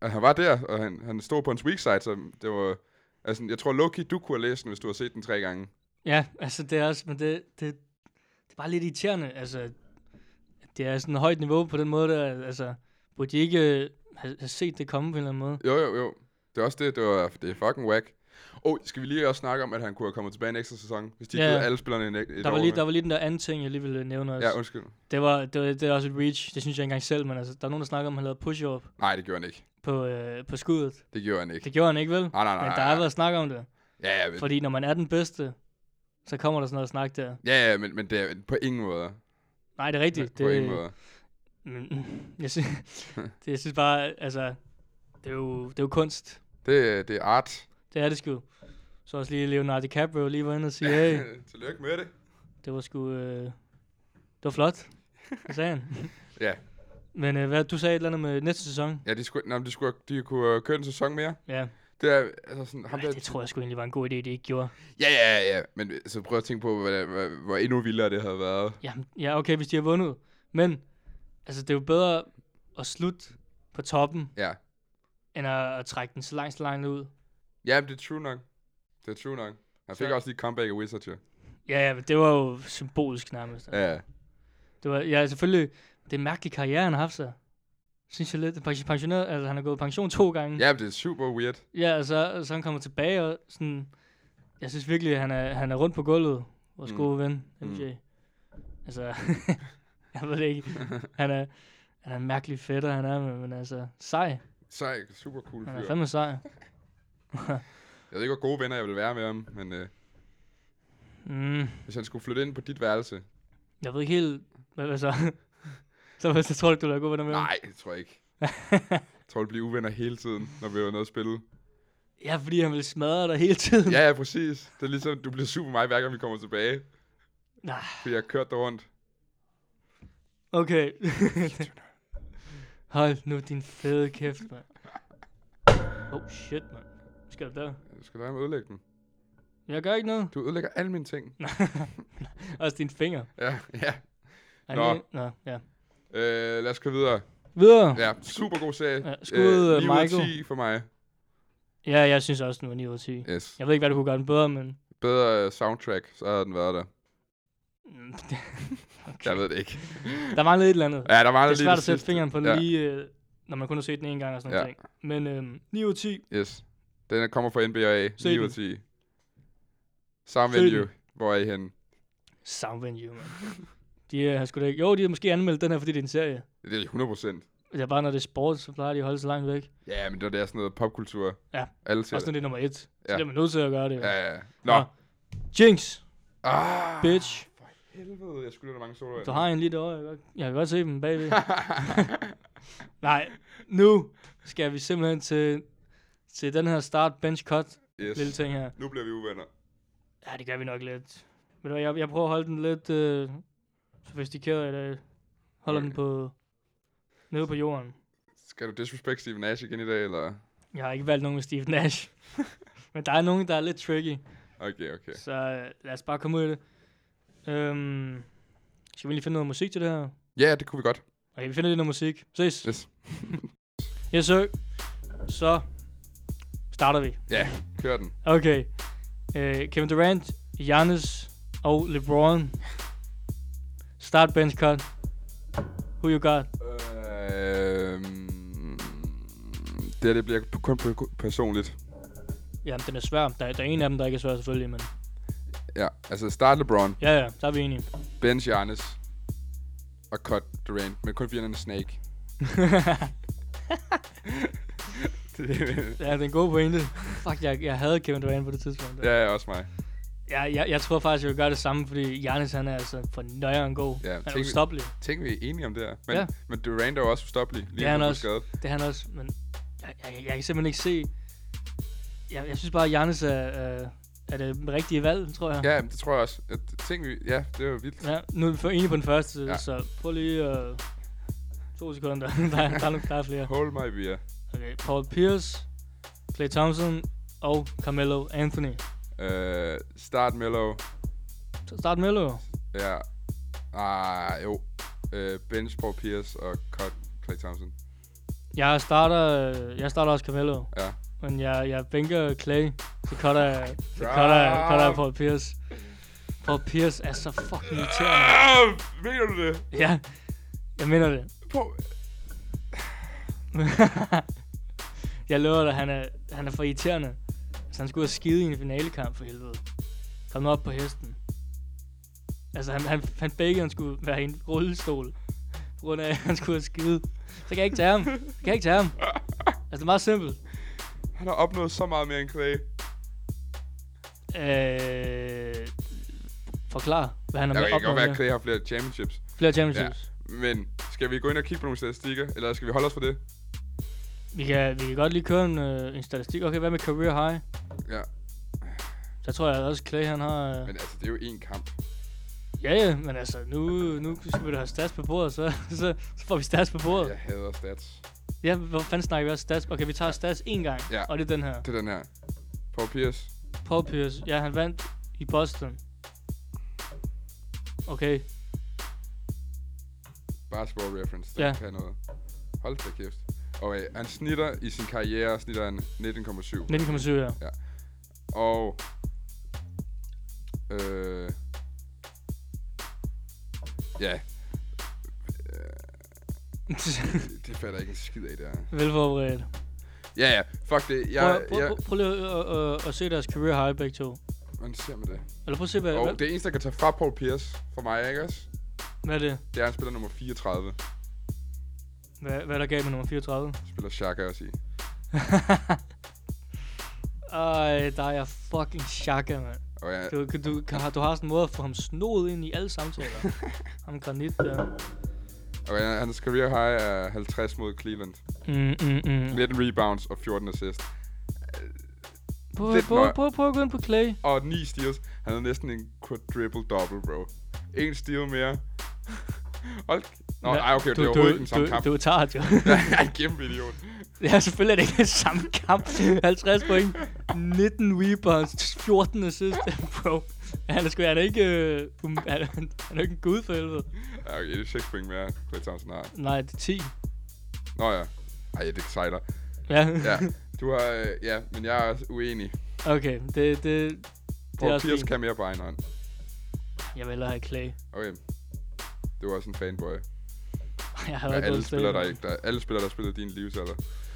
[SPEAKER 3] at han var der, og han, han stod på hans weak side, så det var... Altså, jeg tror, Loki, du kunne have læst den, hvis du har set den tre gange.
[SPEAKER 2] Ja, altså det er også, men det, det, det er bare lidt irriterende, altså at det er sådan et højt niveau på den måde der, altså burde de ikke øh, have, have set det komme på en eller anden måde?
[SPEAKER 3] Jo, jo, jo. Det er også det, det, var, det er fucking whack. Åh, oh, skal vi lige også snakke om, at han kunne have kommet tilbage en ekstra sæson, hvis de
[SPEAKER 2] Ja,
[SPEAKER 3] yeah. givet
[SPEAKER 2] ja.
[SPEAKER 3] alle spillerne en, et
[SPEAKER 2] Der
[SPEAKER 3] år
[SPEAKER 2] var, lige,
[SPEAKER 3] med?
[SPEAKER 2] der var lige den der anden ting, jeg lige ville nævne også.
[SPEAKER 3] Ja,
[SPEAKER 2] Ja,
[SPEAKER 3] undskyld.
[SPEAKER 2] det, var, det, var, det er også et reach, det synes jeg ikke engang selv, men altså, der er nogen, der snakker om, at han lavede push-up
[SPEAKER 3] Nej, det gjorde han ikke.
[SPEAKER 2] på, øh, på skuddet.
[SPEAKER 3] Det gjorde han ikke.
[SPEAKER 2] Det gjorde han ikke, vel?
[SPEAKER 3] Nej, nej, nej.
[SPEAKER 2] men
[SPEAKER 3] Ah, nej,
[SPEAKER 2] der har
[SPEAKER 3] nej.
[SPEAKER 2] været snak om det,
[SPEAKER 3] Ja, ja, men,
[SPEAKER 2] fordi når man er den bedste, så kommer der sådan noget snak der.
[SPEAKER 3] ja, ja, men, men det er på ingen måde.
[SPEAKER 2] Nej, det er rigtigt.
[SPEAKER 3] På ingen måde.
[SPEAKER 2] Men, jeg, synes, det, jeg synes bare, altså, det er jo, det er jo kunst.
[SPEAKER 3] Det, det er art.
[SPEAKER 2] Det er det sgu. Så også lige Leonardo DiCaprio lige var inde og sige, hey,
[SPEAKER 3] Tillykke med det.
[SPEAKER 2] det var sgu, øh, det var flot. Det sagde han.
[SPEAKER 3] Ja.
[SPEAKER 2] Men øh, hvad, du sagde et eller andet med næste sæson.
[SPEAKER 3] Ja, de, skulle, nej, de, skulle, de kunne øh, køre en sæson mere.
[SPEAKER 2] Ja,
[SPEAKER 3] Det er, altså sådan, ham
[SPEAKER 2] Ej,
[SPEAKER 3] der,
[SPEAKER 2] det tror jeg sgu egentlig var en god idé, det ikke gjorde.
[SPEAKER 3] Ja, ja, ja, men øh, så prøv at tænke på, hvor, hvor, hvor endnu vildere det havde været.
[SPEAKER 2] Jamen, ja, okay, hvis de har vundet. Men, altså, det er jo bedre at slutte på toppen,
[SPEAKER 3] Ja,
[SPEAKER 2] end at, at trække den så langt, så langt ud.
[SPEAKER 3] ja men det er true nok. Det er true nok. Han fik
[SPEAKER 2] Så-
[SPEAKER 3] også lige et comeback af Wizards, jo.
[SPEAKER 2] Ja, ja, men det var jo symbolisk nærmest.
[SPEAKER 3] Ja, ja.
[SPEAKER 2] Det var, ja, selvfølgelig, det er en mærkelig karriere, han har haft sig. Synes jeg lidt, pensioneret, altså han har gået pension to gange.
[SPEAKER 3] ja men det er super weird.
[SPEAKER 2] Ja, og så, og så han kommer tilbage, og sådan, jeg synes virkelig, at han er, han er rundt på gulvet, vores
[SPEAKER 3] Mm.
[SPEAKER 2] mm. gode ven, MJ. Mm. Altså, jeg ved det ikke. Han er, Han er en mærkelig fætter, han er, men, men altså, sej.
[SPEAKER 3] Sej, super cool
[SPEAKER 2] Han er
[SPEAKER 3] fyr.
[SPEAKER 2] fandme sej.
[SPEAKER 3] Jeg ved ikke, hvor gode venner jeg vil være med ham, men øh,
[SPEAKER 2] Mm,
[SPEAKER 3] hvis han skulle flytte ind på dit værelse...
[SPEAKER 2] jeg ved ikke helt, hvad, hvad så? så, hvad, så tror du ikke, du lader gå med ham?
[SPEAKER 3] Nej, det tror jeg ikke. jeg tror, vi bliver uvenner hele tiden, når vi er nede at spille.
[SPEAKER 2] Ja, fordi han vil smadre dig hele tiden.
[SPEAKER 3] Ja, ja, præcis. Det er ligesom, du bliver sur på mig, hver gang vi kommer tilbage.
[SPEAKER 2] Nej.
[SPEAKER 3] Fordi jeg har kørt dig rundt.
[SPEAKER 2] Okay. Hold nu din fede kæft, mand. Oh shit, mand. Hvad Skal du der?
[SPEAKER 3] Du skal da med at ødelægge den.
[SPEAKER 2] Jeg gør ikke noget.
[SPEAKER 3] Du ødelægger alle mine ting.
[SPEAKER 2] Også dine fingre.
[SPEAKER 3] Ja, ja.
[SPEAKER 2] Ej,
[SPEAKER 3] Nå.
[SPEAKER 2] men- Nå, ja.
[SPEAKER 3] Øh, lad os gå videre.
[SPEAKER 2] Videre. Ja.
[SPEAKER 3] Ja, super god serie.
[SPEAKER 2] Ja, skud, øh,
[SPEAKER 3] lige ud af
[SPEAKER 2] Michael.
[SPEAKER 3] 10 for mig.
[SPEAKER 2] ja, jeg synes også, den var 9 ud af 10.
[SPEAKER 3] Yes.
[SPEAKER 2] Jeg ved ikke, hvad du kunne gøre den bedre, men...
[SPEAKER 3] Bedre øh, soundtrack, så havde den været der.
[SPEAKER 2] Mm,
[SPEAKER 3] Jeg ved det ikke.
[SPEAKER 2] der manglede et eller andet.
[SPEAKER 3] Ja, der var
[SPEAKER 2] det
[SPEAKER 3] der
[SPEAKER 2] er
[SPEAKER 3] lige
[SPEAKER 2] svært at sætte
[SPEAKER 3] sidste.
[SPEAKER 2] fingeren på
[SPEAKER 3] Ja.
[SPEAKER 2] ja. lige, øh, når man kun har set den en gang og sådan
[SPEAKER 3] Ja.
[SPEAKER 2] noget. ting. Men øhm, 9 ud af 10.
[SPEAKER 3] Yes. Den er- kommer fra NBA.
[SPEAKER 2] Se
[SPEAKER 3] 9 ud
[SPEAKER 2] den.
[SPEAKER 3] af 10. Samme
[SPEAKER 2] Se
[SPEAKER 3] venue. Hvor er I henne?
[SPEAKER 2] Sound venue, man. De øh, har sgu da ikke... Jo, de har måske anmeldt den her, fordi det er en serie.
[SPEAKER 3] Det er 100 procent.
[SPEAKER 2] Det er bare, når det er sport, så plejer de at holde sig langt væk.
[SPEAKER 3] Ja, men det er sådan noget popkultur.
[SPEAKER 2] Ja.
[SPEAKER 3] Alle ser
[SPEAKER 2] Også når
[SPEAKER 3] det.
[SPEAKER 2] det er nummer et. Så
[SPEAKER 3] Ja.
[SPEAKER 2] ja. er man nødt til at gøre det. jo.
[SPEAKER 3] Ja, ja. ja. Nå.
[SPEAKER 2] Nå. Jinx,
[SPEAKER 3] Ah,
[SPEAKER 2] bitch.
[SPEAKER 3] helvede. Jeg skylder dig mange solo.
[SPEAKER 2] Du har en lige derovre. Jeg kan godt, jeg kan godt se dem bagved. Nej, nu skal vi simpelthen til, til den her start bench cut
[SPEAKER 3] Yes.
[SPEAKER 2] lille ting her.
[SPEAKER 3] Nu bliver vi uvenner.
[SPEAKER 2] Ja, det gør vi nok lidt. Men jeg, jeg prøver at holde den lidt øh, sofistikeret i dag. Holder den
[SPEAKER 3] Okay.
[SPEAKER 2] på nede på jorden.
[SPEAKER 3] Skal du disrespect Steven Nash igen i dag, eller?
[SPEAKER 2] Jeg har ikke valgt nogen med Steve Nash. Men der er nogen, der er lidt tricky.
[SPEAKER 3] Okay, okay.
[SPEAKER 2] Så øh, lad os bare komme ud i det. Øhm, skal vi lige finde noget musik til det her?
[SPEAKER 3] Ja, det kunne vi godt.
[SPEAKER 2] Okay, vi finder lidt noget musik. Ses.
[SPEAKER 3] Yes.
[SPEAKER 2] yes, sir. Så starter vi.
[SPEAKER 3] Ja, kør den.
[SPEAKER 2] Okay. Øh, Kevin Durant, Giannis og LeBron. Start bench cut. Who you got?
[SPEAKER 3] Øhm, det her, det bliver p- kun p- personligt.
[SPEAKER 2] Jamen, den er svær. Der, er- der er en af dem, der ikke er svær, selvfølgelig, men...
[SPEAKER 3] Ja, altså start LeBron,
[SPEAKER 2] Ja, ja, der er vi enige.
[SPEAKER 3] bench Giannis og cut Durant, men kun fordi han er en snake. det,
[SPEAKER 2] Ja, den er god pointe. Fuck, jeg, jeg havde Kevin Durant på det tidspunkt.
[SPEAKER 3] ja, ja, også mig.
[SPEAKER 2] Jeg, jeg, jeg tror faktisk, jeg vil gøre det samme, fordi Giannis, han er altså for nøjeren god.
[SPEAKER 3] Ja,
[SPEAKER 2] han er
[SPEAKER 3] tænk, vi-
[SPEAKER 2] ustoppelig.
[SPEAKER 3] Tænk, vi er enige om det her. Men, ja.
[SPEAKER 2] Ja.
[SPEAKER 3] men Durant er jo også ustoppelig. Lige
[SPEAKER 2] Det er han
[SPEAKER 3] nu,
[SPEAKER 2] også.
[SPEAKER 3] skadet.
[SPEAKER 2] Det er han også, men jeg, jeg, jeg kan simpelthen ikke se... Jeg, jeg synes bare, at Giannis er, øh, er det rigtige valg, tror jeg.
[SPEAKER 3] Ja, men det tror jeg også. Jeg tænk, vi, ja, det er jo vildt.
[SPEAKER 2] Ja, nu er vi for enige på den første,
[SPEAKER 3] Ja.
[SPEAKER 2] ja. så prøv lige øh, to sekunder. der, er, der, er, nok- der er flere.
[SPEAKER 3] Hold my beer.
[SPEAKER 2] Okay, Paul Pierce, Clay Thompson og Carmelo Anthony.
[SPEAKER 3] Øh, start Mellow.
[SPEAKER 2] Så start med Melo.
[SPEAKER 3] Ja. Ah, jo. Øh, bench Paul Pierce og cut Clay Thompson.
[SPEAKER 2] Jeg starter, øh, jeg starter også Carmelo,
[SPEAKER 3] Ja.
[SPEAKER 2] men jeg, jeg bænker Clay, så cutter jeg, så cutter jeg, cutter jeg Paul Pierce. Paul Pierce er så fucking irriterende.
[SPEAKER 3] Ah, mener du det?
[SPEAKER 2] Ja, jeg mener det.
[SPEAKER 3] På...
[SPEAKER 2] jeg lover dig, han er, han er for irriterende. Altså, han skulle have skide i en finalekamp for helvede. Kom nu op på hesten. Altså, han, han, han begge, han skulle være i en rullestol. På grund af, at han skulle have skide. Så kan jeg ikke tage ham. Så kan jeg ikke tage ham. Altså, det er meget simpelt.
[SPEAKER 3] Han har opnået så meget mere end Clay.
[SPEAKER 2] Øh, forklar, hvad han
[SPEAKER 3] Jeg
[SPEAKER 2] har med
[SPEAKER 3] kan ikke godt være,
[SPEAKER 2] opnået
[SPEAKER 3] at
[SPEAKER 2] med.
[SPEAKER 3] Clay har flere championships.
[SPEAKER 2] Flere championships.
[SPEAKER 3] Men skal vi gå ind og kigge på nogle statistikker, eller skal vi holde os for det?
[SPEAKER 2] Vi, kan, vi kan godt lige køre en, øh, en statistik. Okay, hvad med career high?
[SPEAKER 3] Ja.
[SPEAKER 2] Der tror jeg også, Clay han har... Øh,
[SPEAKER 3] Men altså, det er jo én kamp.
[SPEAKER 2] Ja, ja, men altså, nu, nu skal vi da have stats på bordet, så, så, så får vi stats på bordet.
[SPEAKER 3] Jeg hader stats.
[SPEAKER 2] Ja, hvor fanden snakker vi også stats? Okay, vi tager stats en gang,
[SPEAKER 3] Ja.
[SPEAKER 2] og det er den her.
[SPEAKER 3] Det er den her. Paul Pierce.
[SPEAKER 2] Paul Pierce, ja, han vandt i Boston. Okay,
[SPEAKER 3] Basketball reference. Det
[SPEAKER 2] Ja.
[SPEAKER 3] kan noget. Hold da kæft. Okay, han snitter i sin karriere, snitter han 19,7.
[SPEAKER 2] 19,7 ja.
[SPEAKER 3] Og... Øh... Ja, det, det fatter jeg ikke en skid af, det her.
[SPEAKER 2] Velforberedt.
[SPEAKER 3] Ja, ja, fuck det.
[SPEAKER 2] Prøv,
[SPEAKER 3] Jeg,
[SPEAKER 2] prøv,
[SPEAKER 3] jeg,
[SPEAKER 2] prøv, prøv lige at, at, at, at se deres career high begge to.
[SPEAKER 3] man ser med det.
[SPEAKER 2] Eller prøv at se, hvad,
[SPEAKER 3] Og
[SPEAKER 2] hvad,
[SPEAKER 3] det eneste, der kan tage fra Paul Pierce for mig, ikke også?
[SPEAKER 2] hvad er det?
[SPEAKER 3] Det er, at han spiller nummer 34.
[SPEAKER 2] Hvad, hvad er der gav med nummer 34?
[SPEAKER 3] Spiller Shaka også i.
[SPEAKER 2] Ej, der er jeg fucking chakka, mand.
[SPEAKER 3] Og jeg,
[SPEAKER 2] Du, kan- du, kan, du har sådan en måde at få ham snoet ind i alle samtaler. ham granit der.
[SPEAKER 3] og jeg, hans career high er 50 mod Cleveland.
[SPEAKER 2] Mm, mm, mm.
[SPEAKER 3] 19 rebounds og 14 assist.
[SPEAKER 2] Prøv,
[SPEAKER 3] lidt
[SPEAKER 2] prøv,
[SPEAKER 3] nøje.
[SPEAKER 2] prøv, prøv at gå ind på Clay.
[SPEAKER 3] Og 9 steals. Han havde næsten en quadruple double, bro. En steal mere. Hold Nå,
[SPEAKER 2] Hva-
[SPEAKER 3] nej, okay, det
[SPEAKER 2] du,
[SPEAKER 3] er overhovedet ikke den samme
[SPEAKER 2] du,
[SPEAKER 3] kamp.
[SPEAKER 2] Du, du tager det jo.
[SPEAKER 3] Jeg er kæmpe idiot.
[SPEAKER 2] ja, selvfølgelig er det ikke den samme kamp. 50 point, 19 rebounds, 14 assist. Bro, han er sgu han er ikke, øh, um, han, er- han er ikke en gud for helvede.
[SPEAKER 3] Ja, okay, det er 6 point mere. Clay Thompson har.
[SPEAKER 2] Nej, det er 10.
[SPEAKER 3] Nå ja. Ej, det sejler.
[SPEAKER 2] Ja,
[SPEAKER 3] Ja, du har... Øh, ja, men jeg er også uenig.
[SPEAKER 2] okay. Det, det, det er
[SPEAKER 3] Paul
[SPEAKER 2] også
[SPEAKER 3] Pierce
[SPEAKER 2] fint.
[SPEAKER 3] kan mere på egen hånd.
[SPEAKER 2] Jeg vil hellere have Clay.
[SPEAKER 3] Okay. Det var også en fanboy.
[SPEAKER 2] Jeg har
[SPEAKER 3] Ja,
[SPEAKER 2] været
[SPEAKER 3] alle
[SPEAKER 2] gået
[SPEAKER 3] spillere, der
[SPEAKER 2] stadig.
[SPEAKER 3] ikke... Der, alle spillere, der spillede din livsalder.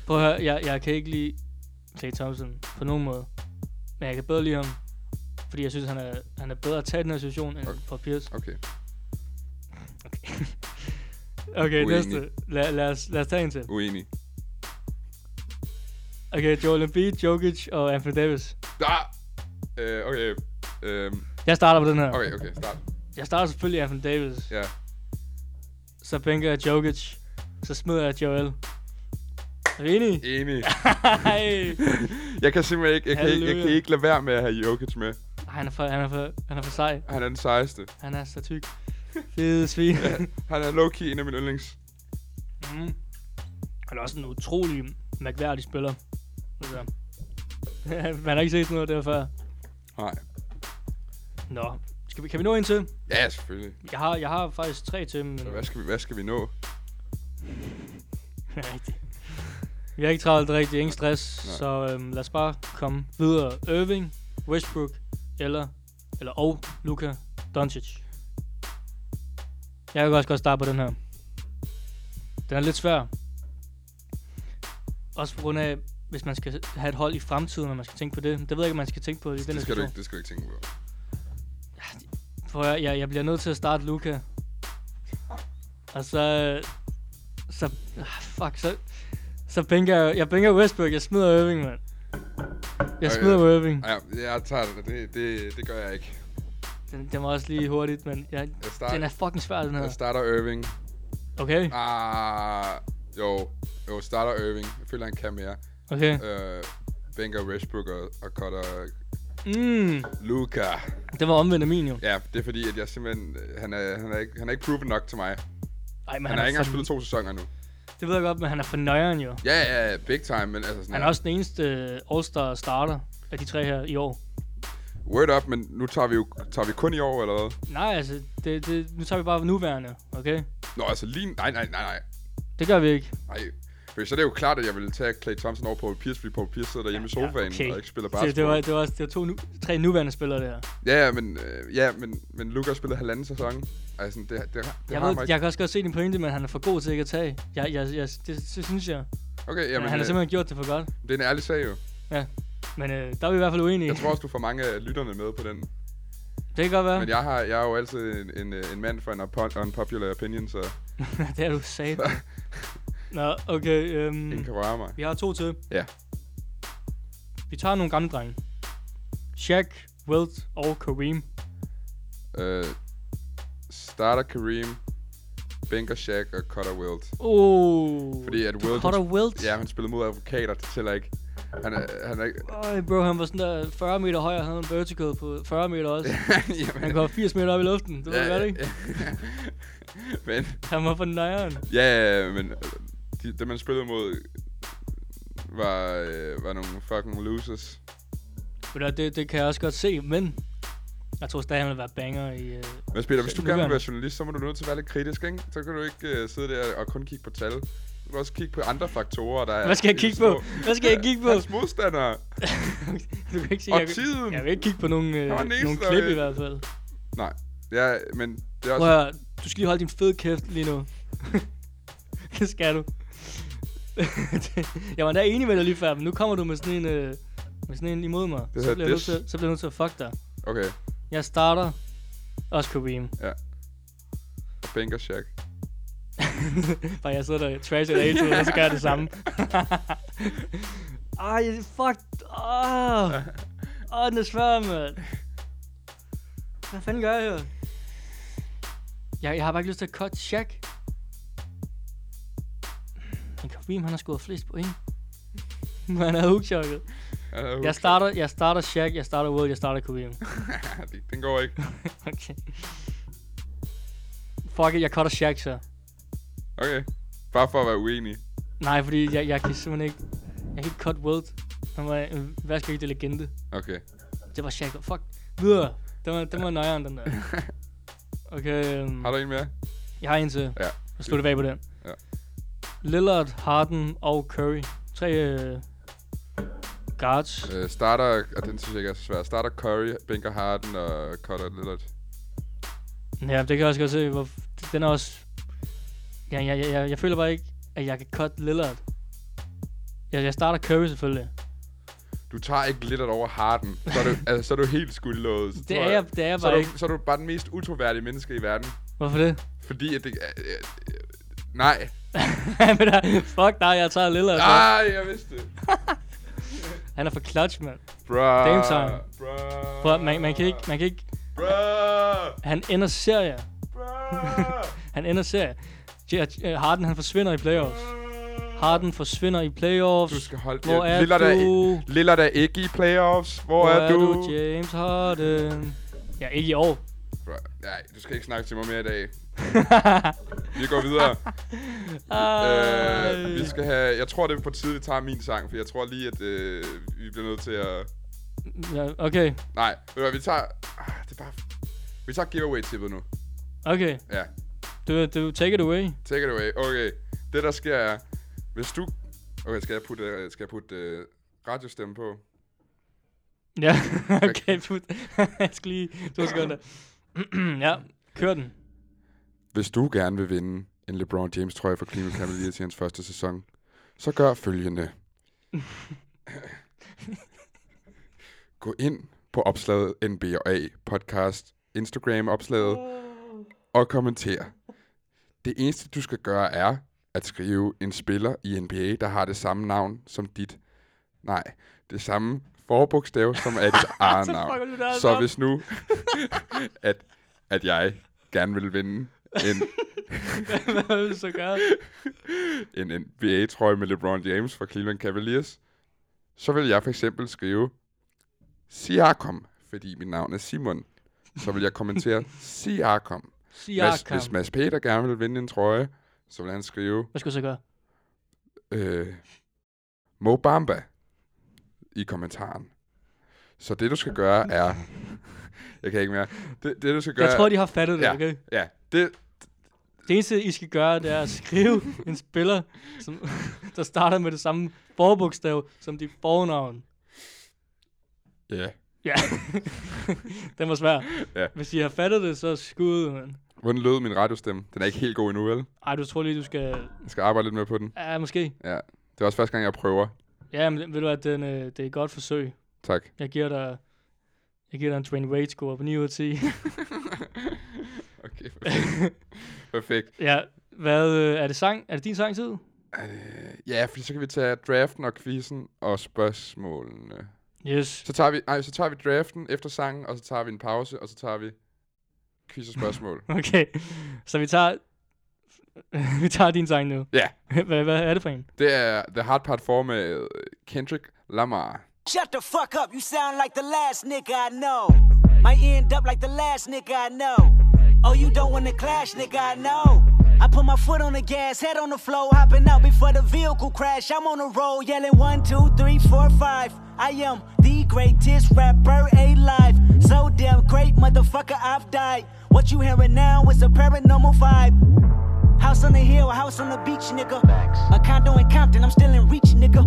[SPEAKER 2] Prøv at høre, jeg, jeg kan ikke lide Clay Thompson på nogen måde. Men jeg kan bedre lide ham. Fordi jeg synes, han er, han er bedre at tage i den her situation, end
[SPEAKER 3] Okay.
[SPEAKER 2] for Pierce.
[SPEAKER 3] Okay.
[SPEAKER 2] Okay, okay
[SPEAKER 3] Uenig.
[SPEAKER 2] næste. Lad, lad, os, lad os tage en til.
[SPEAKER 3] Uenig.
[SPEAKER 2] Okay, Joel Embiid, Jokic og Anthony Davis.
[SPEAKER 3] Ah! Øh, okay. Øhm,
[SPEAKER 2] Jeg starter på den her.
[SPEAKER 3] okay, okay, start.
[SPEAKER 2] Jeg starter selvfølgelig Anthony Davis.
[SPEAKER 3] Ja.
[SPEAKER 2] Så bænker jeg Jokic. Så smider jeg Joel. Er vi enige?
[SPEAKER 3] Enig.
[SPEAKER 2] Ej.
[SPEAKER 3] Jeg kan simpelthen ikke, jeg kan, ikke, jeg kan
[SPEAKER 2] Halleluja.
[SPEAKER 3] ikke lade være med at have Jokic med.
[SPEAKER 2] Han er for, han er for, han er for sej.
[SPEAKER 3] Han er den sejeste.
[SPEAKER 2] Han er så tyk. Fede svin.
[SPEAKER 3] Han er low-key en af mine yndlings.
[SPEAKER 2] Mm. Han er også en utrolig mærkværdig spiller. Altså, man har ikke set sådan noget der før.
[SPEAKER 3] Nej.
[SPEAKER 2] Nå, skal vi, kan vi nå en til?
[SPEAKER 3] Ja, selvfølgelig.
[SPEAKER 2] Jeg har, jeg har faktisk tre til, men...
[SPEAKER 3] Så Hvad skal vi, hvad skal vi nå?
[SPEAKER 2] Rigtigt. Vi har ikke travlt rigtig, ingen stress,
[SPEAKER 3] Nej.
[SPEAKER 2] Nej. så øhm, lad os bare komme videre. Irving, Westbrook eller, eller og Luka Doncic. Jeg kan også godt starte på den her. Den er lidt svær. Også på grund af, hvis man skal have et hold i fremtiden, og man skal tænke på det. Det ved jeg ikke, om man skal tænke på i den her
[SPEAKER 3] Det skal, du
[SPEAKER 2] situation.
[SPEAKER 3] ikke, det skal du ikke tænke på.
[SPEAKER 2] For jeg, jeg, jeg bliver nødt til at starte Luca. Og så... øh, Så... ah, Fuck, så... Så bænker jeg... Jeg bænker Westbrook. Jeg smider Irving, mand. Jeg
[SPEAKER 3] Okay.
[SPEAKER 2] smider Irving.
[SPEAKER 3] Ej, Ja, jeg tager det. Det, det, det gør jeg ikke.
[SPEAKER 2] Den, den var også lige hurtigt, men jeg,
[SPEAKER 3] Jeg
[SPEAKER 2] den er
[SPEAKER 3] starter,
[SPEAKER 2] fucking svær, den her.
[SPEAKER 3] jeg starter Irving.
[SPEAKER 2] Okay,
[SPEAKER 3] Ah, jo. Jo, starter Irving. Jeg føler, han kan mere.
[SPEAKER 2] okay.
[SPEAKER 3] Øh, Bænker Westbrook og, og cutter
[SPEAKER 2] Mm,
[SPEAKER 3] Luca.
[SPEAKER 2] det var omvendt af min, jo.
[SPEAKER 3] Øh. Ja, det er fordi, at jeg simpelthen... Han er, han er, ikke, han er ikke proven nok til mig. Han,
[SPEAKER 2] Ej, men
[SPEAKER 3] han har ikke engang
[SPEAKER 2] for,
[SPEAKER 3] spillet to sæsoner nu.
[SPEAKER 2] Det ved jeg godt, men han er for nøjeren, jo.
[SPEAKER 3] Ja, ja, ja, big time, men altså sådan...
[SPEAKER 2] Han er også den eneste øh, All-Star starter af de tre her i år.
[SPEAKER 3] Word up, men nu tager vi jo tager vi kun i år, eller hvad?
[SPEAKER 2] Nej, altså, det, det, nu tager vi bare nuværende, okay?
[SPEAKER 3] Nå, altså lige... Nej, nej, nej, nej.
[SPEAKER 2] Det gør vi ikke.
[SPEAKER 3] Nej. Fordi så er det jo klart, at jeg ville tage Clay Thompson over på Pierce, fordi Paul Pierce sidder derhjemme i sofaen og ikke spiller
[SPEAKER 2] det, det,
[SPEAKER 3] basketball.
[SPEAKER 2] var, det var, også, det var to nu, tre nuværende spillere, det her.
[SPEAKER 3] Ja, ja, men, øh, ja, men, men Luka har spillet halvanden sæson. Altså, det, det, det
[SPEAKER 2] Jeg,
[SPEAKER 3] har
[SPEAKER 2] ved,
[SPEAKER 3] mig ikke.
[SPEAKER 2] jeg kan også godt se din pointe, men han er for god til ikke at tage. Jeg, jeg, jeg, det, det synes jeg.
[SPEAKER 3] Okay,
[SPEAKER 2] Jamen,
[SPEAKER 3] jamen,
[SPEAKER 2] han har
[SPEAKER 3] øh,
[SPEAKER 2] simpelthen gjort det for godt.
[SPEAKER 3] det er en ærlig sag jo.
[SPEAKER 2] Ja. Men øh, der er vi i hvert fald uenige.
[SPEAKER 3] Jeg tror også, du får mange af lytterne med på den.
[SPEAKER 2] det kan godt være.
[SPEAKER 3] Men jeg, har, jeg er jo altid en, en, øh, en mand for en unpo- unpopular opinion, så
[SPEAKER 2] det er du sat. Nå, okay. Øhm,
[SPEAKER 3] ingen kan røre mig.
[SPEAKER 2] vi har to til.
[SPEAKER 3] Ja.
[SPEAKER 2] Vi tager nogle gamle drenge. Shaq, Wilt og Kareem.
[SPEAKER 3] Øh, starter Kareem, bænker Shaq og cutter Wilt.
[SPEAKER 2] Oh,
[SPEAKER 3] Fordi at
[SPEAKER 2] du
[SPEAKER 3] Wilt-
[SPEAKER 2] cutter Wilt?
[SPEAKER 3] Ja, han spillede mod advokater, det tæller ikke. Han er, han er ikke...
[SPEAKER 2] Øj, bro, han var sådan der 40 meter høj, og havde en vertical på 40 meter også.
[SPEAKER 3] Jamen,
[SPEAKER 2] Han går 80 meter op i luften, det ved du godt, ikke?
[SPEAKER 3] men,
[SPEAKER 2] Han var for nøjeren.
[SPEAKER 3] ja, ja, ja, men øh, de, dem, man spillede mod, var, øh, var nogle fucking losers.
[SPEAKER 2] Ved du hvad, Det, det kan jeg også godt se, men jeg tror stadig, han vil være banger i... Øh...
[SPEAKER 3] Men Peter, hvis du
[SPEAKER 2] Nu
[SPEAKER 3] gerne
[SPEAKER 2] gør
[SPEAKER 3] vil være
[SPEAKER 2] han.
[SPEAKER 3] journalist, så må du nødt til at være lidt kritisk, ikke? Så kan du ikke uh, sidde der og kun kigge på tal. Du må også kigge på andre faktorer, der er...
[SPEAKER 2] Hvad skal jeg kigge på? Hvad skal jeg kigge på?
[SPEAKER 3] Hans modstandere.
[SPEAKER 2] du kan ikke sige,
[SPEAKER 3] Og
[SPEAKER 2] jeg,
[SPEAKER 3] tiden.
[SPEAKER 2] jeg vil ikke kigge på nogen, øh,
[SPEAKER 3] var den eneste,
[SPEAKER 2] nogen
[SPEAKER 3] der-
[SPEAKER 2] klip i hvert fald.
[SPEAKER 3] Nej. Ja, men det er
[SPEAKER 2] Prøv
[SPEAKER 3] også...
[SPEAKER 2] at, høre, du skal lige holde din fede kæft lige nu. det skal du. jeg var da enig med dig lige før, men nu kommer du med sådan en, øh, med sådan en imod mig.
[SPEAKER 3] Det
[SPEAKER 2] så,
[SPEAKER 3] her
[SPEAKER 2] bliver jeg nødt
[SPEAKER 3] diss.
[SPEAKER 2] til, så bliver jeg nødt til at fuck dig.
[SPEAKER 3] Okay,
[SPEAKER 2] Jeg starter også Kareem.
[SPEAKER 3] og Banker Shack.
[SPEAKER 2] Bare jeg sidder der og trasher det hele tiden, og så gør jeg det samme. Ej, fuck. Åh, oh. oh, den er svær, mand. Hvad fanden gør jeg her? Jeg, jeg har bare ikke lyst til at cut Shaq. Men Kareem, han har scoret flest point. Men han er hookshottet.
[SPEAKER 3] Uh,
[SPEAKER 2] Jeg starter, jeg starter Shaq, jeg starter World, jeg starter Kareem.
[SPEAKER 3] den går ikke.
[SPEAKER 2] Okay. Fuck it, jeg cutter Shaq så.
[SPEAKER 3] Okay. Bare for at være uenig.
[SPEAKER 2] Nej, fordi jeg, jeg kan simpelthen ikke... Jeg kan ikke cut World. Han var en vaskedygtig legende.
[SPEAKER 3] Okay.
[SPEAKER 2] Det var Shaq. Fuck. Videre. Den var, den var nøjeren, den der. Okay, um,
[SPEAKER 3] Har du en mere?
[SPEAKER 2] jeg har en til.
[SPEAKER 3] Ja.
[SPEAKER 2] Så slutter vi af på den.
[SPEAKER 3] Ja.
[SPEAKER 2] Lillard, Harden og Curry. Tre øh, guards.
[SPEAKER 3] Øh, starter, og den synes jeg ikke er så svær. Starter Curry, Binker Harden og Cutter Lillard.
[SPEAKER 2] Ja, det kan jeg også godt se. Hvor den er også... Ja, jeg, jeg, jeg, jeg føler bare ikke, at jeg kan cut Lillard. Jeg, jeg starter Curry selvfølgelig.
[SPEAKER 3] Du tager ikke Lillard over Harden. Så er du, altså, så er du helt skuldlåst.
[SPEAKER 2] Det er jeg, det er jeg
[SPEAKER 3] så er,
[SPEAKER 2] bare
[SPEAKER 3] du,
[SPEAKER 2] ikke.
[SPEAKER 3] så er du bare den mest utroværdige menneske i verden.
[SPEAKER 2] Hvorfor det?
[SPEAKER 3] Fordi at det... Øh, øh, øh, nej.
[SPEAKER 2] Men der- Fuck dig, jeg tager Lillard. Ah!
[SPEAKER 3] Nej, jeg vidste det.
[SPEAKER 2] Han er for clutch, mand.
[SPEAKER 3] Bruh.
[SPEAKER 2] Game time.
[SPEAKER 3] Bruh.
[SPEAKER 2] Prøv, at- man, man, kan ikke, man kan ikke...
[SPEAKER 3] Bruh.
[SPEAKER 2] Han ender serier.
[SPEAKER 3] Bruh.
[SPEAKER 2] Han ender serier. Ja, øh, Harden, han forsvinder i playoffs. Harden forsvinder i playoffs.
[SPEAKER 3] Du skal holde
[SPEAKER 2] Hvor
[SPEAKER 3] det.
[SPEAKER 2] er
[SPEAKER 3] Lillard er,
[SPEAKER 2] du?
[SPEAKER 3] Lillard er ikke i playoffs. Hvor,
[SPEAKER 2] Hvor
[SPEAKER 3] er, du?
[SPEAKER 2] James Harden? Ja, ikke i år.
[SPEAKER 3] Bruh. Nej, du skal ikke snakke til mig mere i dag. Vi går videre. øh, vi skal have... Jeg tror, det er på tide, vi tager min sang, for jeg tror lige, at øh, vi bliver nødt til at...
[SPEAKER 2] Ja, okay,
[SPEAKER 3] Nej, ved du hvad, vi tager... Ah, det er bare... Vi tager giveaway-tippet nu.
[SPEAKER 2] okay.
[SPEAKER 3] Ja,
[SPEAKER 2] Du, du, take it away.
[SPEAKER 3] take it away. Okay, det der sker er... Hvis du... Okay, skal jeg putte, øh, skal jeg putte øh, radiostemme på?
[SPEAKER 2] Ja, okay, put. jeg skal lige to sekunder. ja, kør den.
[SPEAKER 3] Hvis du gerne vil vinde en LeBron James trøje for Cleveland Cavaliers i hans første sæson, så gør følgende. Gå ind på opslaget NBA podcast Instagram opslaget og kommenter. Det eneste du skal gøre er at skrive en spiller i NBA, der har det samme navn som dit. Nej, det samme forbogstav som er dit eget
[SPEAKER 2] Så fucker du
[SPEAKER 3] navn.
[SPEAKER 2] det altså
[SPEAKER 3] Så
[SPEAKER 2] op.
[SPEAKER 3] hvis nu, at, at jeg gerne vil vinde en
[SPEAKER 2] Hvad vil du så gøre?
[SPEAKER 3] en NBA-trøje med LeBron James fra Cleveland Cavaliers, så vil jeg for eksempel skrive Siakam, fordi mit navn er Simon. Så vil jeg kommentere Siakam. Mads,
[SPEAKER 2] Siakam.
[SPEAKER 3] hvis Mads Peter gerne vil vinde en trøje, så vil han skrive
[SPEAKER 2] Hvad skal du så gøre?
[SPEAKER 3] øh, Mo Bamba i kommentaren. Så det, du skal gøre, er... jeg kan ikke mere. Det, det du skal gøre...
[SPEAKER 2] Jeg tror, de har fattet det,
[SPEAKER 3] ja,
[SPEAKER 2] okay?
[SPEAKER 3] Ja, det,
[SPEAKER 2] Det eneste, I skal gøre, det er at skrive en spiller, som, der starter med det samme forbogstav som dit fornavn.
[SPEAKER 3] ja.
[SPEAKER 2] Ja, den var svær.
[SPEAKER 3] Ja.
[SPEAKER 2] Hvis I har fattet det, så skud, mand.
[SPEAKER 3] Hvordan lød min radiostemme? Den er ikke helt god endnu, vel?
[SPEAKER 2] Ej, du tror lige, du skal...
[SPEAKER 3] Jeg skal arbejde lidt mere på den.
[SPEAKER 2] Ja, måske.
[SPEAKER 3] Ja. Det er også første gang, jeg prøver.
[SPEAKER 2] Ja, men ved du at den, øh, det er et godt forsøg.
[SPEAKER 3] Tak.
[SPEAKER 2] Jeg giver dig... Jeg giver dig en Dwayne Wade-score på 9 ud af 10.
[SPEAKER 3] Okay, perfekt. perfekt.
[SPEAKER 2] ja, hvad... Øh, er det sang? Er det din sangtid?
[SPEAKER 3] Ja, fordi så kan vi tage draften og quizzen og spørgsmålene.
[SPEAKER 2] Yes.
[SPEAKER 3] Så tager vi, nej, så tager vi draften efter sangen, og så tager vi en pause, og så tager vi quiz og spørgsmål.
[SPEAKER 2] Okay. Så vi tager... vi tager din sang nu.
[SPEAKER 3] ja,
[SPEAKER 2] hvad, hvad er det for en?
[SPEAKER 3] det er The Hard Part 4 med øh, Kendrick Lamar.
[SPEAKER 5] Shut the fuck up, you sound like the last nigga I know. Might end up like the last nigga I know. Oh, you don't wanna clash, nigga, I know. I put my foot on the gas, head on the floor, hopping out before the vehicle crash. I'm on the road, yelling one, two, three, four, five. I am the greatest rapper alive. So damn great, motherfucker, I've died. What you hearing now is a paranormal vibe. House on the hill, house on the beach, nigga. A condo in Compton, I'm still in reach, nigga.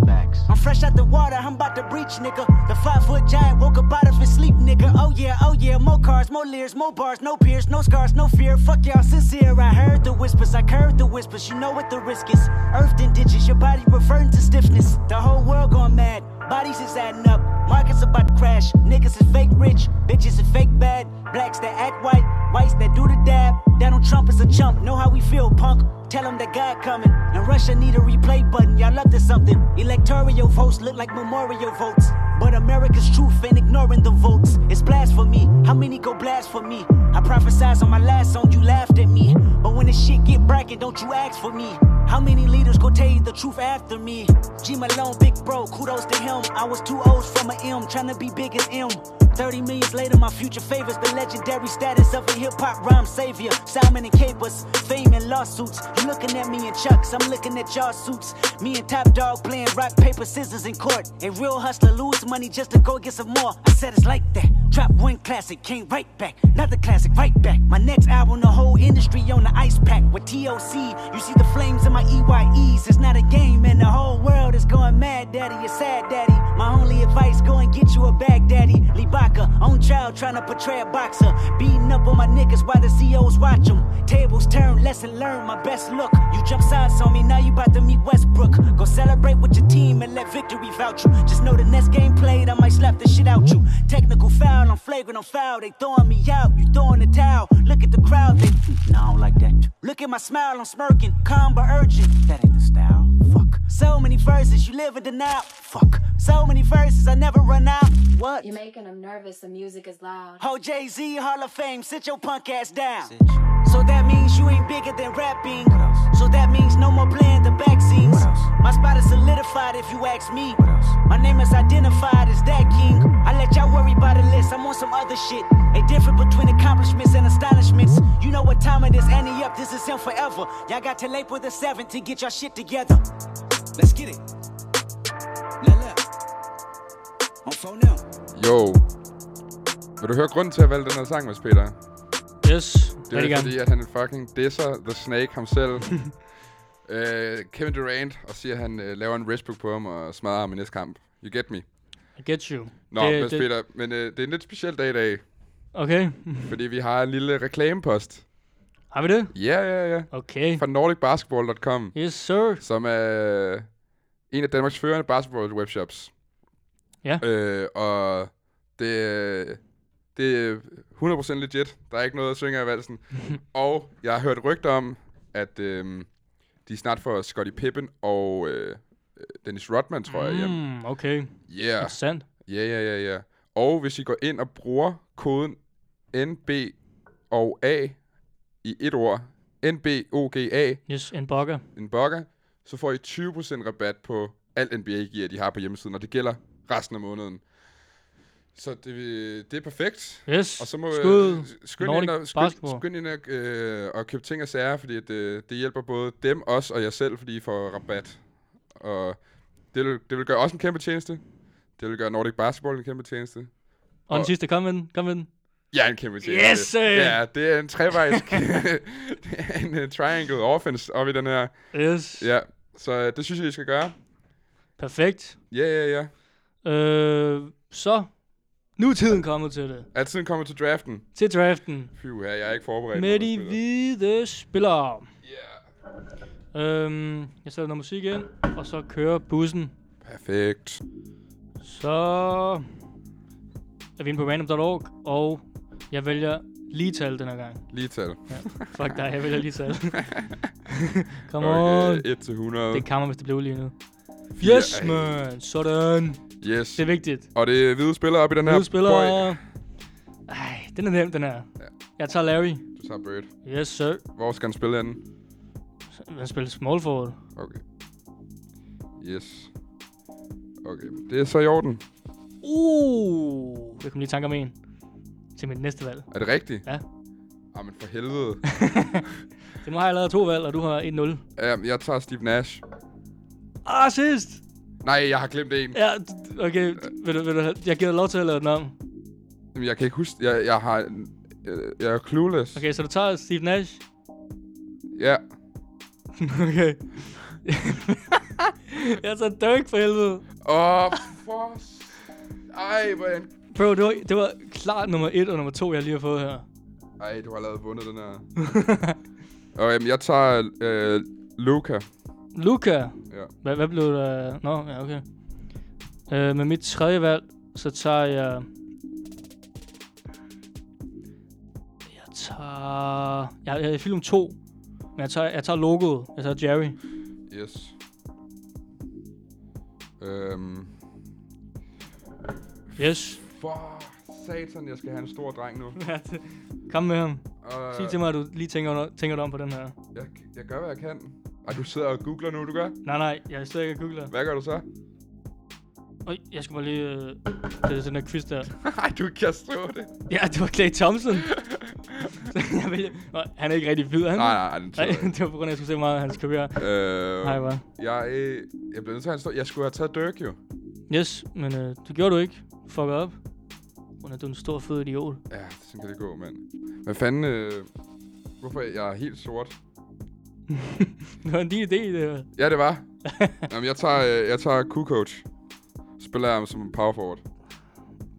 [SPEAKER 5] I'm fresh out the water, I'm about to breach, nigga. The five foot giant woke up out of his sleep, nigga. Oh yeah, oh yeah, more cars, more leers, more bars, no peers, no scars, no fear. Fuck y'all, sincere. I heard the whispers, I curved the whispers. You know what the risk is. Earthed in ditches, your body reverting to stiffness. The whole world going mad, bodies is adding up. Markets about to crash, niggas is fake rich, bitches is fake bad. Blacks that act white, whites that do the dab. Donald Trump is a chump, know how we feel. Pump punk. Tell him that God coming. And Russia need a replay button. Y'all up to something. Electoral votes look like memorial votes. But America's truth ain't ignoring the votes. It's blasphemy. How many go blasphemy? I prophesied on my last song, you laughed at me. But when the shit get bracket, don't you ask for me. How many leaders go tell you the truth after me? G Malone, big bro, kudos to him. I was two O's from an M, trying to be big as M. 30 millions later, my future favors the legendary status of a hip hop rhyme savior. Simon and Capers, fame and lawsuits. You looking at me in chucks, I'm looking at y'all suits. Me and Top Dog playing rock, paper, scissors in court. A real hustler lose money just to go get some more. I said it's like that. Drop one classic, came right back. Another classic, right back. My next album, the whole industry on the ice pack. With TOC, you see the flames in my EYEs. It's not a game, and the whole world is going mad, daddy. You're sad, daddy. My only advice, go and get you a bag, daddy. Libaka, on child, trying to portray a boxer. Beating up on my niggas while the COs watch 'em. Tables turn, lesson learned, my best look. You jump sides on me, now you about to meet Westbrook. Go celebrate with your team and let victory vouch you. Just know the next game played, I might slap the shit out you. Technical foul, I'm flagrant, I'm foul. They throwing me out, you throwing the towel. Look at the crowd, they. No, I don't like that. Look at my smile, I'm smirking. Calm but urgent. That ain't the style. Fuck. So many verses, you live in denial. Fuck. So many verses, I never run out. What?
[SPEAKER 6] You're making them nervous, the music is loud.
[SPEAKER 5] Oh, Jay Z, Hall of Fame, sit your punk ass down. So that means you ain't bigger than rapping. So that means no more playing the back scenes. My spot is solidified if you ask me. My name is identified as that king. I let y'all worry about the list, I'm on some other shit. A difference between accomplishments and astonishments. You know what time it is, Annie up, this is him forever. Y'all got till April the 7th to get your shit together. Let's get it. Now look. On phone now.
[SPEAKER 3] Jo. Vil du høre grunden til at valgte den her sang, Mads Peter?
[SPEAKER 2] Yes,
[SPEAKER 3] Det
[SPEAKER 2] rigtig
[SPEAKER 3] er
[SPEAKER 2] gerne.
[SPEAKER 3] fordi, at han fucking disser The Snake ham selv. øh, Kevin Durant, og siger, at han øh, laver en wrestbook på ham og smadrer ham i næste kamp. You get me.
[SPEAKER 2] I get you.
[SPEAKER 3] Nå, det, Mads det. Peter, men øh, det er en lidt speciel dag i dag,
[SPEAKER 2] Okay,
[SPEAKER 3] fordi vi har en lille reklamepost.
[SPEAKER 2] har vi det?
[SPEAKER 3] Ja, ja, ja.
[SPEAKER 2] Okay.
[SPEAKER 3] Fra nordicbasketball.com,
[SPEAKER 2] Yes, sir.
[SPEAKER 3] som er øh, en af Danmarks førende basketball-webshops.
[SPEAKER 2] Ja.
[SPEAKER 3] Øh, og det, øh, det er 100% legit. Der er ikke noget at synge af i valsen. og jeg har hørt rygter om, at øh, de snart får Scottie Pippen og øh, Dennis Rodman, tror jeg, hjem.
[SPEAKER 2] Mm, okay,
[SPEAKER 3] Yeah.
[SPEAKER 2] interessant.
[SPEAKER 3] Ja, ja, ja, ja. Og hvis I går ind og bruger koden NB og A i et ord, NBOGA,
[SPEAKER 2] Yes, en bokker.
[SPEAKER 3] en bokker, så får I 20% rabat på alt NBA-gear, de har på hjemmesiden, og det gælder resten af måneden. Så det, øh, det er perfekt.
[SPEAKER 2] Yes,
[SPEAKER 3] Og så må
[SPEAKER 2] skud.
[SPEAKER 3] øh, skynd
[SPEAKER 2] Nordic
[SPEAKER 3] ind og, skynd,
[SPEAKER 2] Basketball.
[SPEAKER 3] skynd ind og, øh, og købe ting og sager, fordi at, øh, det hjælper både dem, os og jer selv, fordi I får rabat. Og det vil, det vil gøre os en kæmpe tjeneste. Det vil gøre Nordic Basketball en kæmpe tjeneste.
[SPEAKER 2] Og den sidste, kom med den, kom med den.
[SPEAKER 3] Ja, en kæmpe tjeneste.
[SPEAKER 2] Yes, sir.
[SPEAKER 3] Ja, det er en trevejs... det er en uh, triangle offense op i den her.
[SPEAKER 2] Yes,
[SPEAKER 3] Ja, så øh, det synes jeg, I skal gøre.
[SPEAKER 2] perfekt.
[SPEAKER 3] Ja, ja, ja.
[SPEAKER 2] Øh, så, nu er tiden kommet til det.
[SPEAKER 3] Er tiden kommet til draften?
[SPEAKER 2] Til draften.
[SPEAKER 3] Phew, her, jeg er ikke forberedt.
[SPEAKER 2] Med
[SPEAKER 3] mig,
[SPEAKER 2] de
[SPEAKER 3] spiller.
[SPEAKER 2] hvide spillere.
[SPEAKER 3] Yeah.
[SPEAKER 2] Øhm, jeg sætter noget musik ind, og så kører bussen.
[SPEAKER 3] Perfekt.
[SPEAKER 2] Så er vi inde på random.org, og jeg vælger lige tal den her gang.
[SPEAKER 3] Lige tal.
[SPEAKER 2] Fuck dig, jeg vælger lige tal. Come on.
[SPEAKER 3] Okay, 1 til 100.
[SPEAKER 2] Det kammer, hvis det blev lige nu.
[SPEAKER 3] Fire-
[SPEAKER 2] Yes,
[SPEAKER 3] Ej.
[SPEAKER 2] man. Sådan.
[SPEAKER 3] Yes.
[SPEAKER 2] Det er vigtigt.
[SPEAKER 3] Og det er hvide spillere op i den her.
[SPEAKER 2] Nu spiller...
[SPEAKER 3] Boy.
[SPEAKER 2] Ej, den er nem, den her. Jeg tager Larry.
[SPEAKER 3] Du tager Bird.
[SPEAKER 2] Yes, sir.
[SPEAKER 3] Hvor skal han spille henne?
[SPEAKER 2] Han spiller small forward.
[SPEAKER 3] Okay. Yes. Okay, det er så i orden.
[SPEAKER 2] Uh, jeg kom lige i tanke om en. Til mit næste valg.
[SPEAKER 3] Er det rigtigt?
[SPEAKER 2] Ja.
[SPEAKER 3] Jamen for helvede.
[SPEAKER 2] Så nu har jeg lavet to valg, og du har 1-0.
[SPEAKER 3] um, jeg tager Steve Nash.
[SPEAKER 2] Ah, sidst!
[SPEAKER 3] Nej, jeg har glemt en.
[SPEAKER 2] Ja, d- okay. Vil du, vil du, have- jeg giver dig lov til at lave den om.
[SPEAKER 3] Jamen, Jeg kan ikke huske. Jeg, jeg har... Jeg, jeg er clueless.
[SPEAKER 2] Okay, så du tager Steve Nash.
[SPEAKER 3] Ja.
[SPEAKER 2] Okay. jeg tager Dirk for helvede.
[SPEAKER 3] Åh, for... s- Ej, hvor er jeg en
[SPEAKER 2] Bro, det var, det var klart nummer 1 og nummer 2, jeg lige har fået her.
[SPEAKER 3] Ej, du har allerede vundet den her. okay, men jeg tager øh, Luca.
[SPEAKER 2] Luca.
[SPEAKER 3] Ja.
[SPEAKER 2] Hvad, hvad blev der? Nå, ja, okay. Øh, med mit tredje valg, så tager jeg... Jeg tager... Jeg, jeg er i film 2. Men jeg tager, jeg tager logoet. Jeg tager Jerry.
[SPEAKER 3] Yes. Øhm,
[SPEAKER 2] Yes.
[SPEAKER 3] for satan, jeg skal have en stor dreng nu.
[SPEAKER 2] Kom med ham.
[SPEAKER 3] Og
[SPEAKER 2] Sig til mig, at du lige tænker, under- tænker dig om på den her.
[SPEAKER 3] jeg, jeg gør, hvad jeg kan. Ej, du sidder og googler nu, du gør.
[SPEAKER 2] Nej, nej, jeg er stadig ikke googler.
[SPEAKER 3] Hvad gør du så?
[SPEAKER 2] Øj, jeg skal bare lige... Øh, det er den der quiz der.
[SPEAKER 3] Nej, du kan stå det.
[SPEAKER 2] Ja, det var Clay Thompson. Så jeg vælger... Nå, han er ikke rigtig fed, er han?
[SPEAKER 3] Nej, nej, nej, den
[SPEAKER 2] nej.
[SPEAKER 3] sidder ikke.
[SPEAKER 2] det var på grund af, at jeg skulle se meget af hans karriere.
[SPEAKER 3] Øh,
[SPEAKER 2] Nej, hvor.
[SPEAKER 3] jeg, øh, jeg blev nødt til at have en stor... Jeg skulle have taget Dirk, jo.
[SPEAKER 2] Yes, men øh, det gjorde du ikke. Fuck op. Hun er du er en stor, fed idiot.
[SPEAKER 3] Ja, sådan kan det gå, mand. Hvad fanden... Øh, hvorfor er jeg er helt sort?
[SPEAKER 2] Det var en din idé, det her.
[SPEAKER 3] Ja, det var. Jamen, jeg tager, øh, jeg tager Q-coach. Spiller jeg ham som en power forward.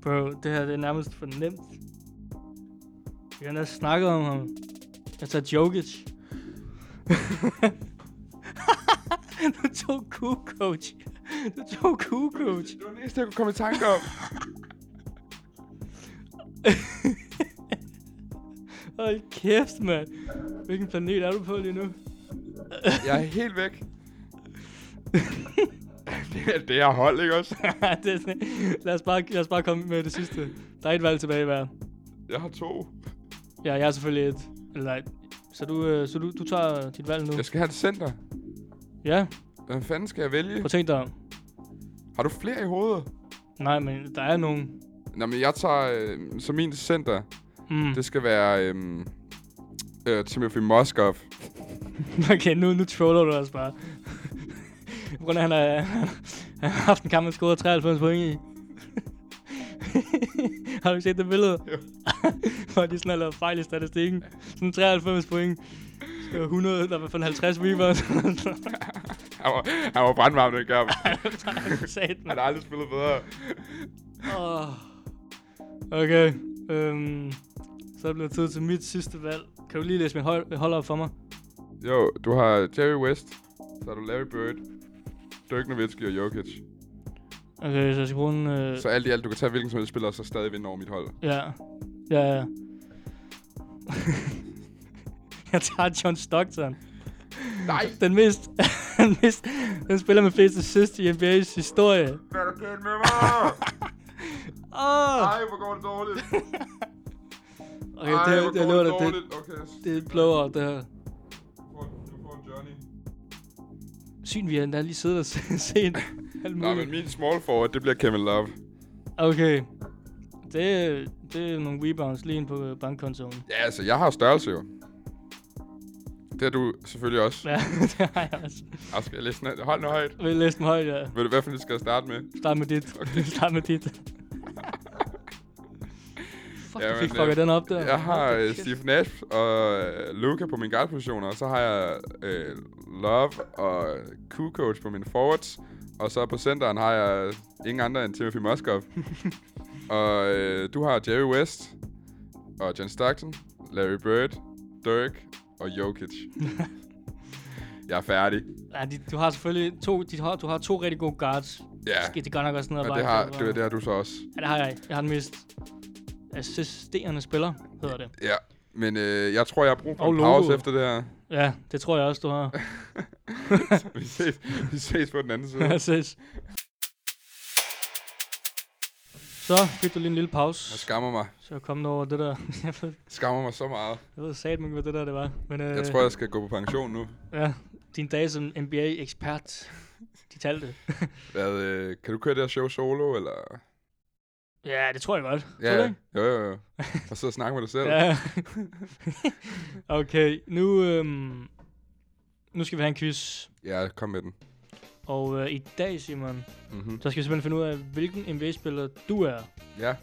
[SPEAKER 2] Bro, det her det er nærmest for nemt. Vi har næsten snakket om ham. Jeg tager Jokic. du tog Q-coach. Du tog Q-coach.
[SPEAKER 3] Det var det næste, jeg kunne komme i tanke om.
[SPEAKER 2] Hold kæft, mand. Hvilken planet er du på lige nu?
[SPEAKER 3] Jeg er helt væk. det, er, det er hold, ikke også?
[SPEAKER 2] det er sådan, lad, os bare, lad os bare komme med det sidste. Der er et valg tilbage hver.
[SPEAKER 3] Jeg har to.
[SPEAKER 2] Ja, jeg er selvfølgelig et. Eller nej. Så du, øh, så du, du tager dit valg nu?
[SPEAKER 3] Jeg skal have et center.
[SPEAKER 2] Ja,
[SPEAKER 3] Hvem fanden skal jeg vælge?
[SPEAKER 2] prøv at tænke dig om.
[SPEAKER 3] Har du flere i hovedet?
[SPEAKER 2] Nej, men der er nogen.
[SPEAKER 3] Nå, men jeg tager... Øh, så min center,
[SPEAKER 2] Mm.
[SPEAKER 3] det skal være... Øh, øh, Timothy Moskov.
[SPEAKER 2] Okay, nu, nu troller du os bare. På grund af, at han har, han har haft en kamp, han scorede 93 point i. har du ikke set det billede? Jo. Hvor de sådan har lavet fejl i statistikken. Sådan 93 point. Så 100, der var for 50 rebounds.
[SPEAKER 3] Han var, han var brandvarm, den kamp.
[SPEAKER 2] Sat,
[SPEAKER 3] Han har aldrig spillet bedre.
[SPEAKER 2] Åh. Okay, øhm, så er det blevet tid til mit sidste valg. Kan du lige læse min hold, hold op for mig?
[SPEAKER 3] Jo, du har Jerry West, så har du Larry Bird, Dirk Nowitzki og Jokic.
[SPEAKER 2] Okay, så jeg skal bruge en... Øh,
[SPEAKER 3] Så alt i alt, du kan tage hvilken som helst spiller, og så stadig vinde over mit hold.
[SPEAKER 2] Ja. Ja, ja. jeg tager John Stockton.
[SPEAKER 3] Nej,
[SPEAKER 2] Den mest, den mest, den spiller med flest assist i NBA's historie.
[SPEAKER 3] hvad er der galt med mig?
[SPEAKER 2] Åh! Oh!
[SPEAKER 3] Ej, hvor går det dårligt.
[SPEAKER 2] Okay, det, her- det, her lover dig, det,
[SPEAKER 3] dårligt. Okay,
[SPEAKER 2] det er et blowout, det her.
[SPEAKER 3] du får, du får en Johnny.
[SPEAKER 2] Syn, vi har endda lige siddet og se- set alt
[SPEAKER 3] Nå, men
[SPEAKER 2] muligt.
[SPEAKER 3] min small forward, det bliver Kevin Love.
[SPEAKER 2] Okay. Det, det er nogle rebounds lige ind på øh, bankkontoen.
[SPEAKER 3] Ja, altså, jeg har størrelse jo. Det har du selvfølgelig også.
[SPEAKER 2] Ja, det har jeg også.
[SPEAKER 3] Og skal jeg læse ned? Hold nu højt.
[SPEAKER 2] Vil læse dem højt, ja.
[SPEAKER 3] Ved du, hvad for en skal jeg starte med?
[SPEAKER 2] Start med dit. Okay. Start med dit. Fuck,
[SPEAKER 3] Jamen,
[SPEAKER 2] du fik
[SPEAKER 3] øh,
[SPEAKER 2] fucket den op der.
[SPEAKER 3] Jeg har
[SPEAKER 2] Hold da
[SPEAKER 3] øh,
[SPEAKER 2] kæft.
[SPEAKER 3] Steve Nash og øh, Luca på min guardposition, og så har jeg øh, Love og Kukoc på min forwards. Og så på centeren har jeg ingen andre end Timothy Moskov. og øh, du har Jerry West og John Stockton, Larry Bird, Dirk og Jokic. jeg er færdig.
[SPEAKER 2] Ja, de, du har selvfølgelig to, de har, du har to rigtig gode guards.
[SPEAKER 3] Ja,
[SPEAKER 2] Skidt, det gør nok også noget
[SPEAKER 3] og det har, det, det har du så også.
[SPEAKER 2] Ja, det har jeg. ikke. Jeg har den mest assisterende spiller, hedder det.
[SPEAKER 3] Ja, men øh, jeg tror, jeg har brug for
[SPEAKER 2] Og
[SPEAKER 3] en pause
[SPEAKER 2] logoet.
[SPEAKER 3] efter det her.
[SPEAKER 2] Ja, det tror jeg også, du har.
[SPEAKER 3] vi, ses, vi ses på den anden side.
[SPEAKER 2] Jeg ses. Så fik du lige en lille pause.
[SPEAKER 3] Jeg skammer mig.
[SPEAKER 2] Så jeg kom over det der. Jeg ved,
[SPEAKER 3] skammer mig så meget.
[SPEAKER 2] jeg ved sat mig, hvad det der det var. Men, øh,
[SPEAKER 3] Jeg tror, jeg skal gå på pension nu.
[SPEAKER 2] Ja, din dag som NBA-ekspert. De talte.
[SPEAKER 3] Hvad, øh, kan du køre det her show solo, eller?
[SPEAKER 2] Ja, det tror jeg godt. Tror du
[SPEAKER 3] Ja,
[SPEAKER 2] ikke?
[SPEAKER 3] jo, jo, jo. Og så snakke med dig selv.
[SPEAKER 2] Ja. okay, nu, øhm, nu skal vi have en quiz.
[SPEAKER 3] ja, kom med den.
[SPEAKER 2] Og øh, i dag, Simon,
[SPEAKER 3] Mm-hmm.
[SPEAKER 2] så skal vi simpelthen finde ud af, hvilken NBA-spiller du er.
[SPEAKER 3] Ja,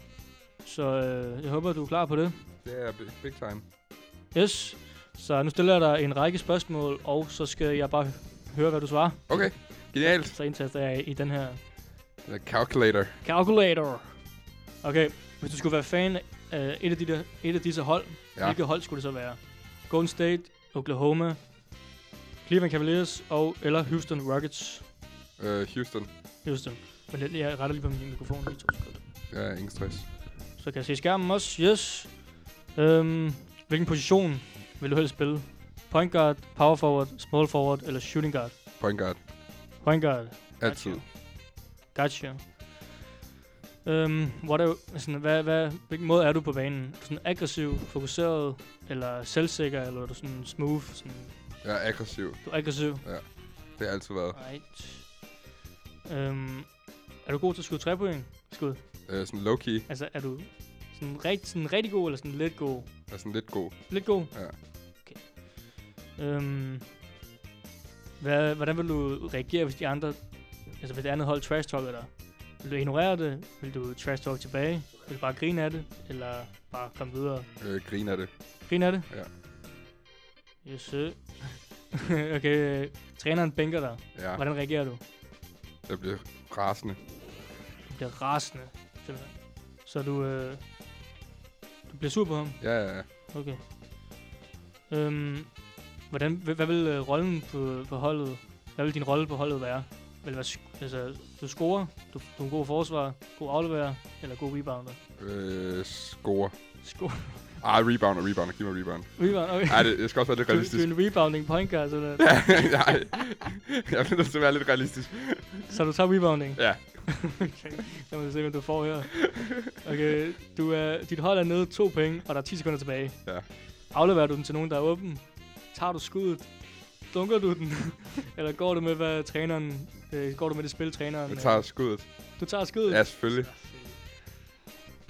[SPEAKER 2] Så øh, jeg håber, du er klar på det.
[SPEAKER 3] det er big, big time.
[SPEAKER 2] Yes. Så nu stiller jeg dig en række spørgsmål, og så skal jeg bare høre, hvad du svarer.
[SPEAKER 3] Okay, genialt.
[SPEAKER 2] Så indtaster jeg i den her
[SPEAKER 3] The calculator.
[SPEAKER 2] calculator. Okay, hvis du skulle være fan af et af, de der, et af disse hold, ja.
[SPEAKER 3] Ja.
[SPEAKER 2] hvilket hold skulle det så være? Golden State, Oklahoma, Cleveland Cavaliers og eller Houston Rockets.
[SPEAKER 3] Øh, Houston.
[SPEAKER 2] Houston. Men jeg, jeg retter lige på min mikrofon lige to sekunder.
[SPEAKER 3] Ja, ingen stress.
[SPEAKER 2] Så kan jeg se skærmen også. Yes. Øhm, hvilken position vil du helst spille? Point guard, power forward, small forward eller shooting guard?
[SPEAKER 3] Point guard.
[SPEAKER 2] Point guard.
[SPEAKER 3] Altid.
[SPEAKER 2] Gotcha. Øhm, what er, sådan, hvad, hvad, hvilken måde er du på banen? Er du sådan aggressiv, fokuseret, eller selvsikker, eller er du sådan smooth? Sådan,
[SPEAKER 3] Jeg er aggressiv.
[SPEAKER 2] du er aggressiv.
[SPEAKER 3] Det har jeg altid været.
[SPEAKER 2] Right. Øhm, er du god til at skyde trepoint? Skud.
[SPEAKER 3] Øh, sådan low-key.
[SPEAKER 2] Altså, er du sådan, rigt, sådan rigtig god, eller sådan lidt god?
[SPEAKER 3] Er sådan lidt god.
[SPEAKER 2] Lidt god?
[SPEAKER 3] Ja.
[SPEAKER 2] Okay. Øhm, hvad, hvordan vil du reagere, hvis de andre, altså hvis det andet hold trash talker dig? Vil du ignorere det? Vil du trash talk tilbage? Vil du bare grine af det? Eller bare komme videre?
[SPEAKER 3] Øh, griner af det.
[SPEAKER 2] Grine af det?
[SPEAKER 3] Ja.
[SPEAKER 2] Yes, sir. okay, øh, træneren bænker dig.
[SPEAKER 3] Ja,
[SPEAKER 2] Hvordan reagerer du?
[SPEAKER 3] jeg bliver rasende.
[SPEAKER 2] Du bliver rasende, simpelthen. Så du, øh, du bliver sur på ham?
[SPEAKER 3] Ja, ja, ja.
[SPEAKER 2] Okay. Øhm, hvordan, hvad, hvad vil øh, rollen på, på holdet, hvad vil din rolle på holdet være? Vil det være, sk- altså, du scorer, du, du er en god forsvarer, god afleverer, eller god rebounder?
[SPEAKER 3] Øh, score.
[SPEAKER 2] Score.
[SPEAKER 3] Ah, rebounder, rebounder. Giv mig rebound.
[SPEAKER 2] Rebound, okay.
[SPEAKER 3] Ej, det, jeg skal også være lidt
[SPEAKER 2] du, du,
[SPEAKER 3] realistisk.
[SPEAKER 2] er en rebounding point guard, sådan der.
[SPEAKER 3] Ja, nej. Jeg bliver nødt til at være lidt realistisk.
[SPEAKER 2] så du tager rebounding.
[SPEAKER 3] Ja.
[SPEAKER 2] Okay, lad mig se, hvad du får her. Okay, du er, dit hold er nede to point, og der er 10 sekunder tilbage.
[SPEAKER 3] Ja.
[SPEAKER 2] Afleverer du den til nogen, der er åben? Tager du skuddet? Dunker du den? Eller går du med, hvad træneren... Øh, går du med det spil, træneren...
[SPEAKER 3] Jeg
[SPEAKER 2] øh,
[SPEAKER 3] tager skuddet.
[SPEAKER 2] Du tager skuddet?
[SPEAKER 3] Ja, selvfølgelig.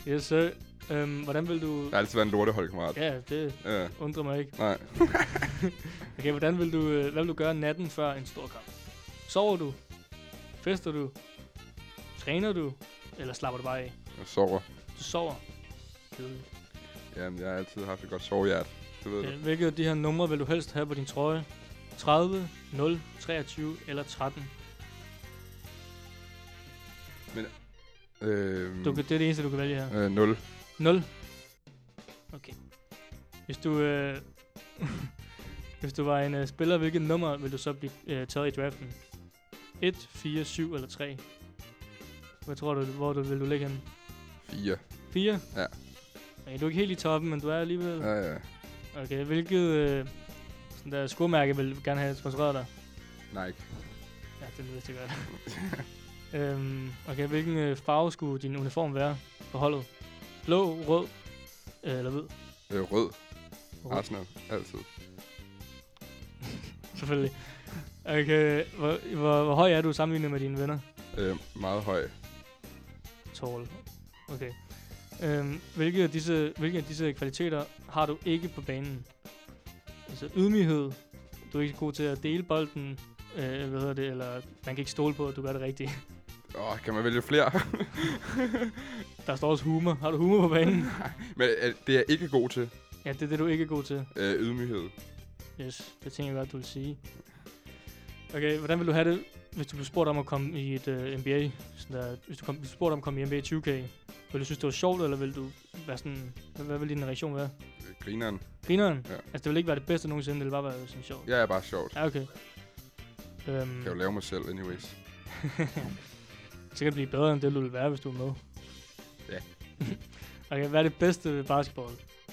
[SPEAKER 2] Yes, sir. Øhm, hvordan vil du...
[SPEAKER 3] Jeg har altid været en lorteholdkammerat.
[SPEAKER 2] Ja, det
[SPEAKER 3] Ja.
[SPEAKER 2] undrer mig ikke.
[SPEAKER 3] Nej.
[SPEAKER 2] Okay, hvordan vil du, øh, hvad vil du gøre natten før en stor kamp? Sover du? Fester du? Træner du? Eller slapper du bare af?
[SPEAKER 3] Jeg sover.
[SPEAKER 2] Du sover. Kedeligt.
[SPEAKER 3] Jamen, jeg har altid haft et godt sovehjert. Det ved du.
[SPEAKER 2] Øh, Hvilke af de her numre vil du helst have på din trøje? 30, 0, 23 eller 13?
[SPEAKER 3] Øhm,
[SPEAKER 2] Du
[SPEAKER 3] Mm.
[SPEAKER 2] kan, det er det eneste, du kan vælge her.
[SPEAKER 3] øh, 0.
[SPEAKER 2] 0? Okay. Hvis du, øh, hvis du var en øh, spiller, hvilket nummer vil du så blive øh, taget i draften? 1, 4, 7 eller 3? Hvad tror du, hvor du vil du ligge henne?
[SPEAKER 3] 4.
[SPEAKER 2] 4?
[SPEAKER 3] Ja.
[SPEAKER 2] Okay, du er ikke helt i toppen, men du er alligevel.
[SPEAKER 3] Ja, ja.
[SPEAKER 2] Okay, hvilket øh, sådan der skomærke vil du gerne have sponsoreret dig?
[SPEAKER 3] Nike.
[SPEAKER 2] Ja, det ved jeg godt. øhm, okay, hvilken øh, farve skulle din uniform være på holdet? Blå, rød øh, eller hvid?
[SPEAKER 3] Øh, rød.
[SPEAKER 2] Rød.
[SPEAKER 3] Arsenal. Altid.
[SPEAKER 2] Selvfølgelig. Okay, hvor, hvor, hvor høj er du sammenlignet med dine venner?
[SPEAKER 3] Øh, meget høj.
[SPEAKER 2] Tall. Okay. Øhm, hvilke, af disse, hvilke af disse kvaliteter har du ikke på banen? Altså ydmyghed. Du er ikke god til at dele bolden. Øh, hvad hedder det? Eller man kan ikke stole på, at du gør det rigtigt.
[SPEAKER 3] Åh, kan man vælge flere?
[SPEAKER 2] Der står også humor. Har du humor på banen?
[SPEAKER 3] Men øh, det er jeg ikke god til.
[SPEAKER 2] ja, det er det, du ikke er god til.
[SPEAKER 3] Øh, ydmyghed.
[SPEAKER 2] Yes, det tænker jeg godt, du vil sige. Okay, hvordan vil du have det, hvis du blev spurgt om at komme i et uh, NBA? Sådan der, hvis du kom, hvis du spurgte om at komme i NBA 20K, vil du synes, det var sjovt, eller vil du være sådan... Hvad, hvad vil din reaktion være?
[SPEAKER 3] Øh, Grineren.
[SPEAKER 2] Grineren?
[SPEAKER 3] Ja.
[SPEAKER 2] Altså, det vil ikke være det bedste nogensinde, det vil bare være sådan sjovt.
[SPEAKER 3] Jeg er bare sjovt.
[SPEAKER 2] Ja, okay. Øhm,
[SPEAKER 3] Jeg kan jo lave mig selv, anyways.
[SPEAKER 2] så kan det blive bedre, end det, du ville være, hvis du er med.
[SPEAKER 3] Ja.
[SPEAKER 2] okay, hvad er det bedste ved basketball?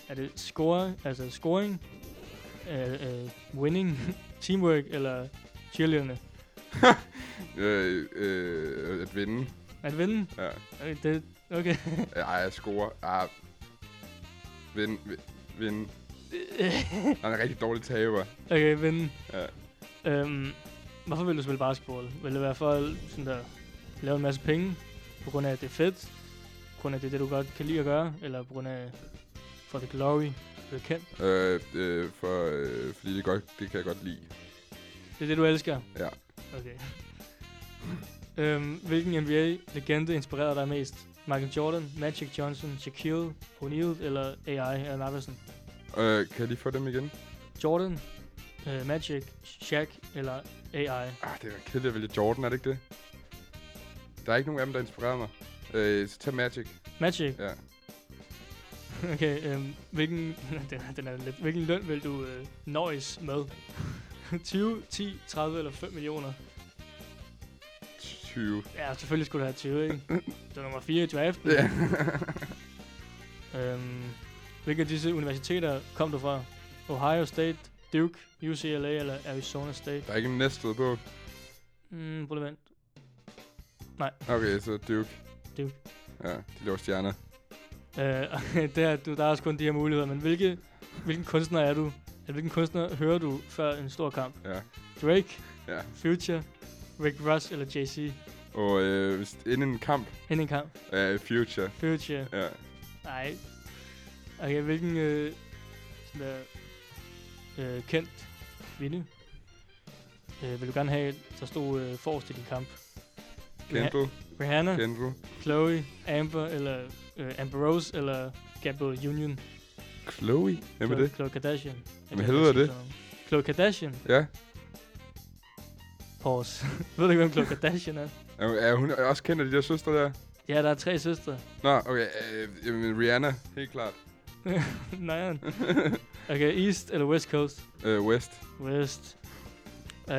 [SPEAKER 2] Er det score, altså scoring, øh, øh, winning, teamwork, eller cheerleaderne?
[SPEAKER 3] Øh, øh, at vinde.
[SPEAKER 2] Er det vinde?
[SPEAKER 3] Ja.
[SPEAKER 2] Okay, det, okay.
[SPEAKER 3] Øh, Ej, jeg scorer. Ah. Vinde. vi- Vinde. Han er en rigtig dårlig taber.
[SPEAKER 2] okay, vinde.
[SPEAKER 3] Ja.
[SPEAKER 2] Øhm, hvorfor vil du spille basketball? Vil det være for at sådan der, lave en masse penge? På grund af, at det er fedt? På grund af, at det er det, du godt kan lide at gøre? Eller på grund af, for the glory? Det er kendt.
[SPEAKER 3] Øh, øh, for, øh, fordi det, godt, det kan jeg godt lide.
[SPEAKER 2] Det er det, du elsker?
[SPEAKER 3] Ja.
[SPEAKER 2] Okay. øhm, hvilken NBA-legende inspirerede dig mest? Michael Jordan, Magic Johnson, Shaquille O'Neal eller AI Allen Iverson?
[SPEAKER 3] Øh, kan jeg lige få dem igen?
[SPEAKER 2] Jordan, øh, Magic, Shaq eller AI?
[SPEAKER 3] Ah, det er kedeligt at vælge Jordan, er det ikke det? Der er ikke nogen af dem, der inspirerer mig. Øh, så tag Magic.
[SPEAKER 2] Magic?
[SPEAKER 3] Ja.
[SPEAKER 2] Okay, øhm, hvilken, den, den er lidt, hvilken løn vil du øh, nøjes med? 20, 10, 30 eller 5 millioner?
[SPEAKER 3] 20.
[SPEAKER 2] Ja, selvfølgelig skulle du have 20, ikke? Det var nummer 4 i draften.
[SPEAKER 3] Ja.
[SPEAKER 2] Øhm, hvilke af disse universiteter kom du fra? Ohio State, Duke, UCLA eller Arizona State.
[SPEAKER 3] Der er ikke en næstved på.
[SPEAKER 2] Mm, prøv lige vent.
[SPEAKER 3] Okay, så Duke.
[SPEAKER 2] Duke.
[SPEAKER 3] Ja, de laver stjerner.
[SPEAKER 2] Øh, der, du, der er også kun de her muligheder, men hvilke, hvilken kunstner er du? Eller hvilken kunstner hører du før en stor kamp?
[SPEAKER 3] Ja.
[SPEAKER 2] Drake,
[SPEAKER 3] Ja.
[SPEAKER 2] Future, Rick Ross eller JC?
[SPEAKER 3] Og øh, hvis, inden en kamp
[SPEAKER 2] Inden en kamp.
[SPEAKER 3] af Future.
[SPEAKER 2] Future.
[SPEAKER 3] Ja.
[SPEAKER 2] Nej. Okay, hvilken øh, sådan der, øh, kendt kvinde øh, vil du gerne have, der stod øh, forrest i din kamp?
[SPEAKER 3] Kendall.
[SPEAKER 2] Rihanna,
[SPEAKER 3] Kendall.
[SPEAKER 2] Chloe, Amber eller øh, Amber Rose eller Gabrielle Union?
[SPEAKER 3] Chloe. Hvem er
[SPEAKER 2] Khloe-
[SPEAKER 3] det?
[SPEAKER 2] Khloe Kardashian.
[SPEAKER 3] Hvem helvede er det?
[SPEAKER 2] Khloe Kardashian.
[SPEAKER 3] Ja.
[SPEAKER 2] Pause. Ved du ikke, hvem Khloe Kardashian er?
[SPEAKER 3] Er, er hun er også kendt af de der søstre der?
[SPEAKER 2] Ja, der er tre søstre.
[SPEAKER 3] Nå, okay. Øh, jamen, Rihanna. Helt klart.
[SPEAKER 2] Nej. Okay, East eller West Coast?
[SPEAKER 3] Øh, West.
[SPEAKER 2] West. Uh,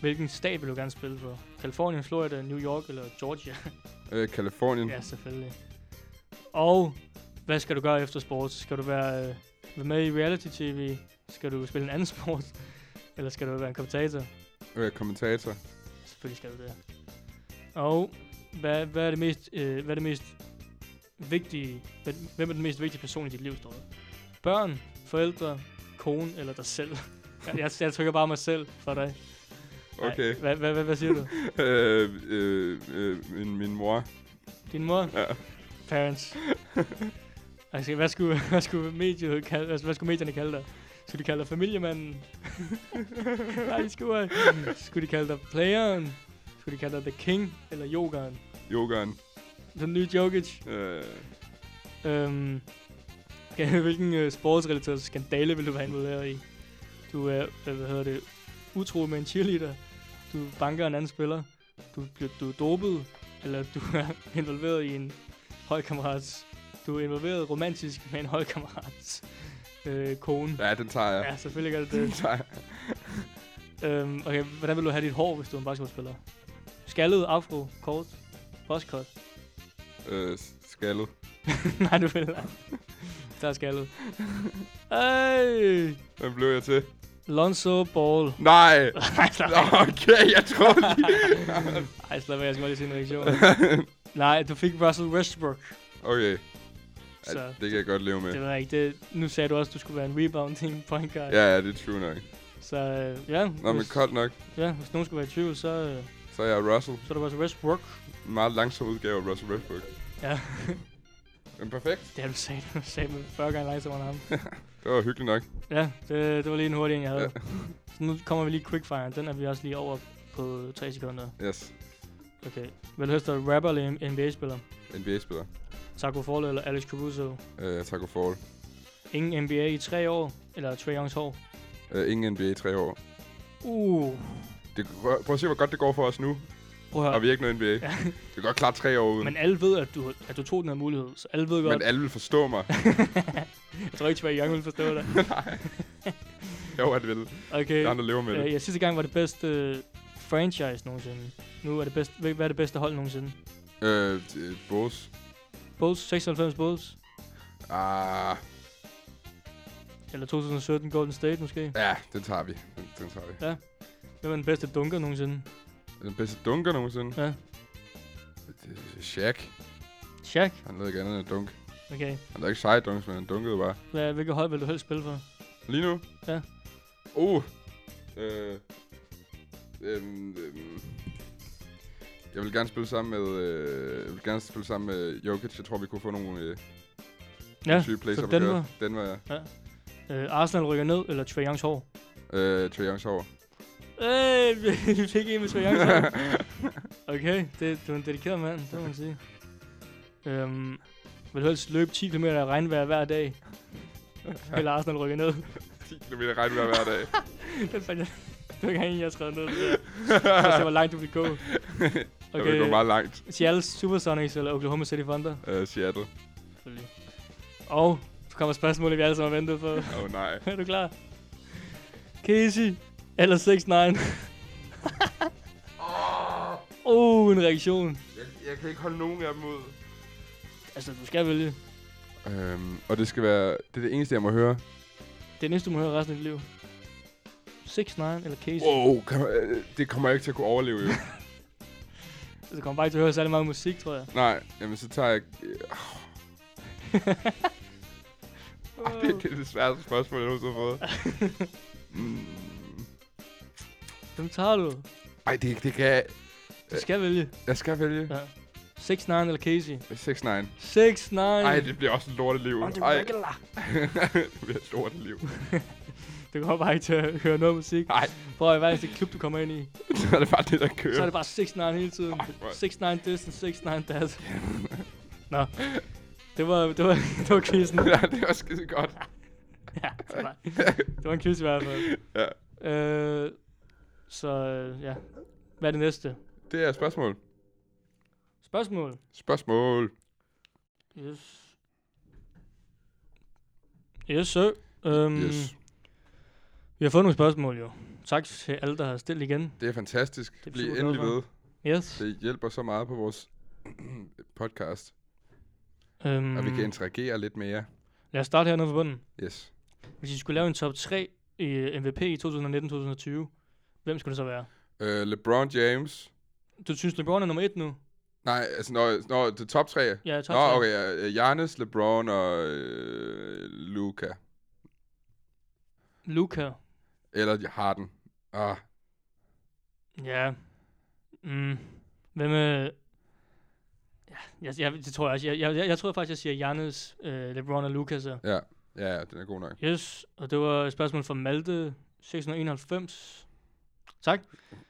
[SPEAKER 2] hvilken stat vil du gerne spille for? Kalifornien, Florida, New York eller Georgia?
[SPEAKER 3] Øh, Kalifornien.
[SPEAKER 2] ja, selvfølgelig. Og hvad skal du gøre efter sport? Skal du være, øh, være med i reality-tv? Skal du spille en anden sport? Eller skal du være en kommentator?
[SPEAKER 3] Øh, kommentator.
[SPEAKER 2] Selvfølgelig skal du det. Og hvad, hvad, er det mest, øh, hvad er det mest vigtige, hvad, hvem er den mest vigtige person i dit liv, står der? Børn, forældre, kone eller dig selv? jeg, jeg, jeg trykker bare mig selv for dig. Nej,
[SPEAKER 3] Okay.
[SPEAKER 2] Hvad, hvad, hvad, hvad siger du?
[SPEAKER 3] øh, øh, øh, min, min mor.
[SPEAKER 2] Din mor?
[SPEAKER 3] Ja.
[SPEAKER 2] Parents. Altså, hvad skulle, hvad skulle, mediet kalde, altså, hvad skulle medierne kalde dig? Skulle de kalde dig familiemanden? Nej, de skulle ej. Skulle de kalde dig playeren? Skulle de kalde dig the king? Eller yogeren?
[SPEAKER 3] Yoghurt.
[SPEAKER 2] Den nye Jokic?
[SPEAKER 3] Øh,
[SPEAKER 2] Øhm, okay, hvilken øh, sportsrelateret skandale vil du være involveret i? Du er, øh, hvad hedder det, utro med en cheerleader, du banker en anden spiller, du, bliver- du er dopet, eller du er involveret i en højkammerats, du er involveret romantisk med en højkammerats øh, kone.
[SPEAKER 3] ja, den tager jeg.
[SPEAKER 2] Ja, selvfølgelig gør det
[SPEAKER 3] Den
[SPEAKER 2] det.
[SPEAKER 3] tager jeg.
[SPEAKER 2] øhm, okay, hvordan vil du have dit hår, hvis du er en basketballspiller? Skaldet, afro, kort, buzzcut?
[SPEAKER 3] Øh, skaldet.
[SPEAKER 2] Nej, du vil ikke. Der er skaldet. Ej!
[SPEAKER 3] Hvad blev jeg til?
[SPEAKER 2] Lonzo Ball.
[SPEAKER 3] Nej!
[SPEAKER 2] Nej, slap
[SPEAKER 3] Nå,
[SPEAKER 2] af.
[SPEAKER 3] okay, jeg tror lige.
[SPEAKER 2] Ej, slap af. Jeg skal bare lige se en reaktion. Nej, du fik Russell Westbrook.
[SPEAKER 3] Okay,
[SPEAKER 2] Så
[SPEAKER 3] ja, det kan jeg godt leve med.
[SPEAKER 2] det ved jeg ikke. Det, nu sagde du også, at du skulle være en rebounding point guard.
[SPEAKER 3] Ja, ja, det er true nok.
[SPEAKER 2] Så øh, ja,
[SPEAKER 3] Nå, men
[SPEAKER 2] hvis,
[SPEAKER 3] koldt nok.
[SPEAKER 2] ja, hvis nogen skulle være i tvivl, så, øh,
[SPEAKER 3] Så er jeg Russell.
[SPEAKER 2] så er det Russell Westbrook.
[SPEAKER 3] En meget langsom udgave af Russell Westbrook.
[SPEAKER 2] Ja,
[SPEAKER 3] Men perfekt.
[SPEAKER 2] det har du sagt. Du sagde med 40 gange langsommere end ham.
[SPEAKER 3] Det var hyggeligt nok.
[SPEAKER 2] Ja, det, det var lige en hurtig en, jeg havde. Så nu kommer vi lige quickfire. Den er vi også lige over på 3 sekunder.
[SPEAKER 3] Yes.
[SPEAKER 2] Okay. Vil du helst være rapper eller NBA-spiller?
[SPEAKER 3] NBA-spiller.
[SPEAKER 2] Taco Fall eller Alex Caruso?
[SPEAKER 3] Øh, Taco Fall.
[SPEAKER 2] Ingen NBA i tre år, eller Trae Youngs hår.
[SPEAKER 3] Øh, ingen NBA i tre år.
[SPEAKER 2] Uh,
[SPEAKER 3] Det, prøv- prøv at se, hvor godt det går for os nu.
[SPEAKER 2] prøv at
[SPEAKER 3] Og
[SPEAKER 2] høre.
[SPEAKER 3] vi er ikke noget NBA. Det kan godt klare tre år uden.
[SPEAKER 2] Men alle ved, at du, at du tog den her mulighed, så alle ved godt.
[SPEAKER 3] Men alle vil forstå mig.
[SPEAKER 2] jeg tror ikke, Trae Young vil forstå dig.
[SPEAKER 3] Jo, at det vil.
[SPEAKER 2] Okay,
[SPEAKER 3] Der er andre, der lever med det.
[SPEAKER 2] øh, ja, sidste gang var det bedste øh, franchise nogensinde. Nu er det bedste, hvad hvad er det bedste hold nogensinde?
[SPEAKER 3] Øh, øh, Bulls.
[SPEAKER 2] Bulls, 96 Bulls,
[SPEAKER 3] Ah,
[SPEAKER 2] eller 2017 Golden State måske.
[SPEAKER 3] ja, den tager vi. Den, den tager vi.
[SPEAKER 2] Hvem er den bedste dunker nogensinde?
[SPEAKER 3] Den bedste dunker nogensinde.
[SPEAKER 2] Ja.
[SPEAKER 3] Det er Shaq.
[SPEAKER 2] Shaq?
[SPEAKER 3] Han lavede ikke andet end at dunk.
[SPEAKER 2] Okay.
[SPEAKER 3] Han lavede ikke seje dunks, men han dunkede bare.
[SPEAKER 2] Hvad, hvilket hold vil du helst spille for?
[SPEAKER 3] Lige nu?
[SPEAKER 2] Ja.
[SPEAKER 3] Uh. Øh. Øhm, øhm. Jeg vil gerne spille sammen med... Øh, jeg vil gerne spille sammen med Jokic. Jeg tror, vi kunne få nogle øh,
[SPEAKER 2] Ja,
[SPEAKER 3] syge plays
[SPEAKER 2] så
[SPEAKER 3] op at
[SPEAKER 2] Denver.
[SPEAKER 3] køre. Denver, ja.
[SPEAKER 2] Øh, Arsenal rykker ned, eller Trae Youngs hår?
[SPEAKER 3] Øh, Trae Youngs over.
[SPEAKER 2] Øh, vi- vi fik en med Trae Young sang. Okay, det, du er en dedikeret mand, det må man sige. Øhm, vil du helst løbe 10 km i regnvejr hver dag? Eller Arsenal rykker ned?
[SPEAKER 3] 10 km regnvejr hver dag.
[SPEAKER 2] Den fandt jeg. Det var ikke engang, jeg skrev ned. det der. Jeg vidste, hvor langt du ville gå.
[SPEAKER 3] okay. Det vil gå
[SPEAKER 2] Okay,
[SPEAKER 3] meget langt.
[SPEAKER 2] Seattle Supersonics eller Oklahoma City Thunder?
[SPEAKER 3] Øh, Seattle.
[SPEAKER 2] Selvfølgelig. Og så kommer spørgsmålet, vi alle sammen har ventet på.
[SPEAKER 3] Åh, oh, nej.
[SPEAKER 2] er du klar? Casey eller 6 9 Oh, en reaktion.
[SPEAKER 3] Jeg, jeg kan ikke holde nogen af dem ud.
[SPEAKER 2] Altså, du skal vælge.
[SPEAKER 3] Øhm, og det skal være... Det er det eneste, jeg må høre.
[SPEAKER 2] Det er næste, du må høre resten af dit liv. 6 9 eller Casey. Wow.
[SPEAKER 3] Wow, kan, øh, det kommer jeg ikke til at kunne overleve, jo.
[SPEAKER 2] Så Altså, kommer bare ikke til at høre særlig meget musik, tror jeg.
[SPEAKER 3] Nej, jamen så tager jeg... Øh, ah, det, det er det sværeste spørgsmål, jeg nogensinde har fået.
[SPEAKER 2] Hvem tager du?
[SPEAKER 3] Ej, det, det kan jeg...
[SPEAKER 2] Du skal vælge.
[SPEAKER 3] Jeg skal vælge
[SPEAKER 2] Ja. 6 9 eller Casey.
[SPEAKER 3] 6 9
[SPEAKER 2] 6 9
[SPEAKER 3] Ej, det bliver også et lorteliv.
[SPEAKER 2] On the
[SPEAKER 3] Ej,
[SPEAKER 2] regular.
[SPEAKER 3] det bliver et lorteliv.
[SPEAKER 2] Du kommer bare ikke til at høre noget musik.
[SPEAKER 3] Nej,
[SPEAKER 2] Prøv at hver eneste klub, du kommer ind i.
[SPEAKER 3] så er det bare det, der kører.
[SPEAKER 2] Så er det bare 6 9 hele tiden.
[SPEAKER 3] hvor er det-
[SPEAKER 2] 6 9 this and 6 9 that. Nå. Det var, det var, det var quizzen.
[SPEAKER 3] Ja, det var skide godt.
[SPEAKER 2] ja, det var, det var en quiz i hvert fald.
[SPEAKER 3] Ja.
[SPEAKER 2] Øh, så øh, ja. Hvad er det næste?
[SPEAKER 3] Det er et spørgsmål.
[SPEAKER 2] Spørgsmål?
[SPEAKER 3] Spørgsmål.
[SPEAKER 2] Yes. Yes, sir. Um,
[SPEAKER 3] Yes.
[SPEAKER 2] Vi har fået nogle spørgsmål, jo. Tak til alle, der har stillet igen.
[SPEAKER 3] Det er fantastisk.
[SPEAKER 2] Det er vi
[SPEAKER 3] Bliv
[SPEAKER 2] super
[SPEAKER 3] endelig
[SPEAKER 2] glade for.
[SPEAKER 3] ved.
[SPEAKER 2] Yes.
[SPEAKER 3] Det hjælper så meget på vores podcast,
[SPEAKER 2] Um,
[SPEAKER 3] mm. og vi kan interagere lidt mere.
[SPEAKER 2] lad os starte hernede fra bunden.
[SPEAKER 3] Yes.
[SPEAKER 2] Hvis I skulle lave en top 3 i øh, MVP i 2019-2020, hvem skulle det så være?
[SPEAKER 3] Uh, LeBron James.
[SPEAKER 2] Du synes, LeBron er nummer 1 nu?
[SPEAKER 3] Nej, altså, når, når det er top 3.
[SPEAKER 2] Ja, top
[SPEAKER 3] Nå,
[SPEAKER 2] tre.
[SPEAKER 3] okay. Ja. Giannis, LeBron og øh, Luca.
[SPEAKER 2] Luca.
[SPEAKER 3] Eller Harden. Ah,
[SPEAKER 2] Ja. Mm. Hvem øh... Ja, jeg, jeg, det tror jeg også. Jeg, jeg, jeg, jeg tror faktisk, jeg siger Giannis, øh, LeBron og Luca så.
[SPEAKER 3] ja. Ja, ja, den er god nok.
[SPEAKER 2] Yes, og det var et spørgsmål fra Malte, 691. Tak.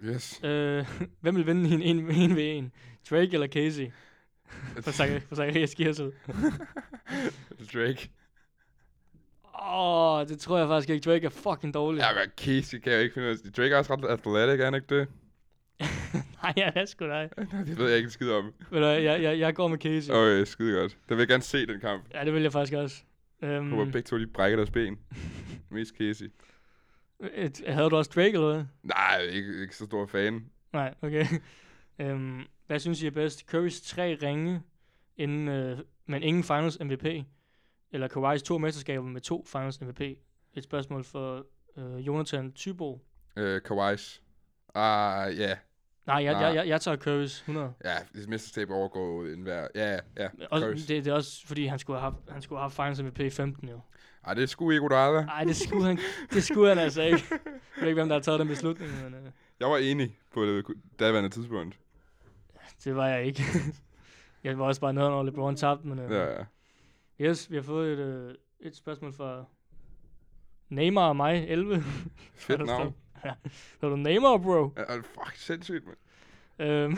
[SPEAKER 3] Yes.
[SPEAKER 2] Øh, hvem vil vinde i en 1 en, en, Drake eller Casey? For Zach- For Zacharias Gearsel.
[SPEAKER 3] Drake.
[SPEAKER 2] Åh, det tror jeg faktisk ikke. Drake er fucking dårlig.
[SPEAKER 3] Ja, men Casey kan jeg ikke finde ud af. Drake er også ret athletic, er han ikke det?
[SPEAKER 2] Nej, ja, det er sgu dig.
[SPEAKER 3] Det ved jeg ikke en skid om.
[SPEAKER 2] Ved du, hvad, jeg, jeg, jeg går med Casey.
[SPEAKER 3] Okay, skide godt. Der vil jeg gerne se den kamp.
[SPEAKER 2] Ja, det vil jeg faktisk også. Um,
[SPEAKER 3] Jeg håber, begge to de brækker deres ben. Mest Casey.
[SPEAKER 2] et, havde du også Drake eller hvad?
[SPEAKER 3] Nej, ikke, ikke så stor fan.
[SPEAKER 2] Nej, okay. um, hvad synes I er bedst? Currys tre ringe, inden, øh, men ingen finals MVP? Eller Kawhis to mesterskaber med to finals MVP? Et spørgsmål for øh, Jonathan Thybo.
[SPEAKER 3] Øh, Kawhis. Ah, ja.
[SPEAKER 2] Nej, jeg,
[SPEAKER 3] Nej.
[SPEAKER 2] Jeg, jeg, jeg tager Currys 100.
[SPEAKER 3] Ja, det mesterskab overgår enhver. Ja, ja.
[SPEAKER 2] Også,
[SPEAKER 3] Curse.
[SPEAKER 2] det, det, er også fordi, han skulle have haft, han skulle have haft finals MVP i 15 jo.
[SPEAKER 3] Ej, det er sgu ikke Udara.
[SPEAKER 2] Nej, det skulle han, det skulle han altså ikke. Jeg ved ikke, hvem der har taget den beslutning, men øh,
[SPEAKER 3] Jeg var enig på det daværende tidspunkt.
[SPEAKER 2] det var jeg ikke. jeg var også bare noget, når LeBron tabte, men øh,
[SPEAKER 3] Ja, ja.
[SPEAKER 2] yes, vi har fået et, øh, et spørgsmål fra Neymar og mig, 11.
[SPEAKER 3] Fedt
[SPEAKER 2] Der står-
[SPEAKER 3] navn.
[SPEAKER 2] Ja, så er du Neymar, bro.
[SPEAKER 3] Ja, og fuck, sindssygt, mand.
[SPEAKER 2] Øhm,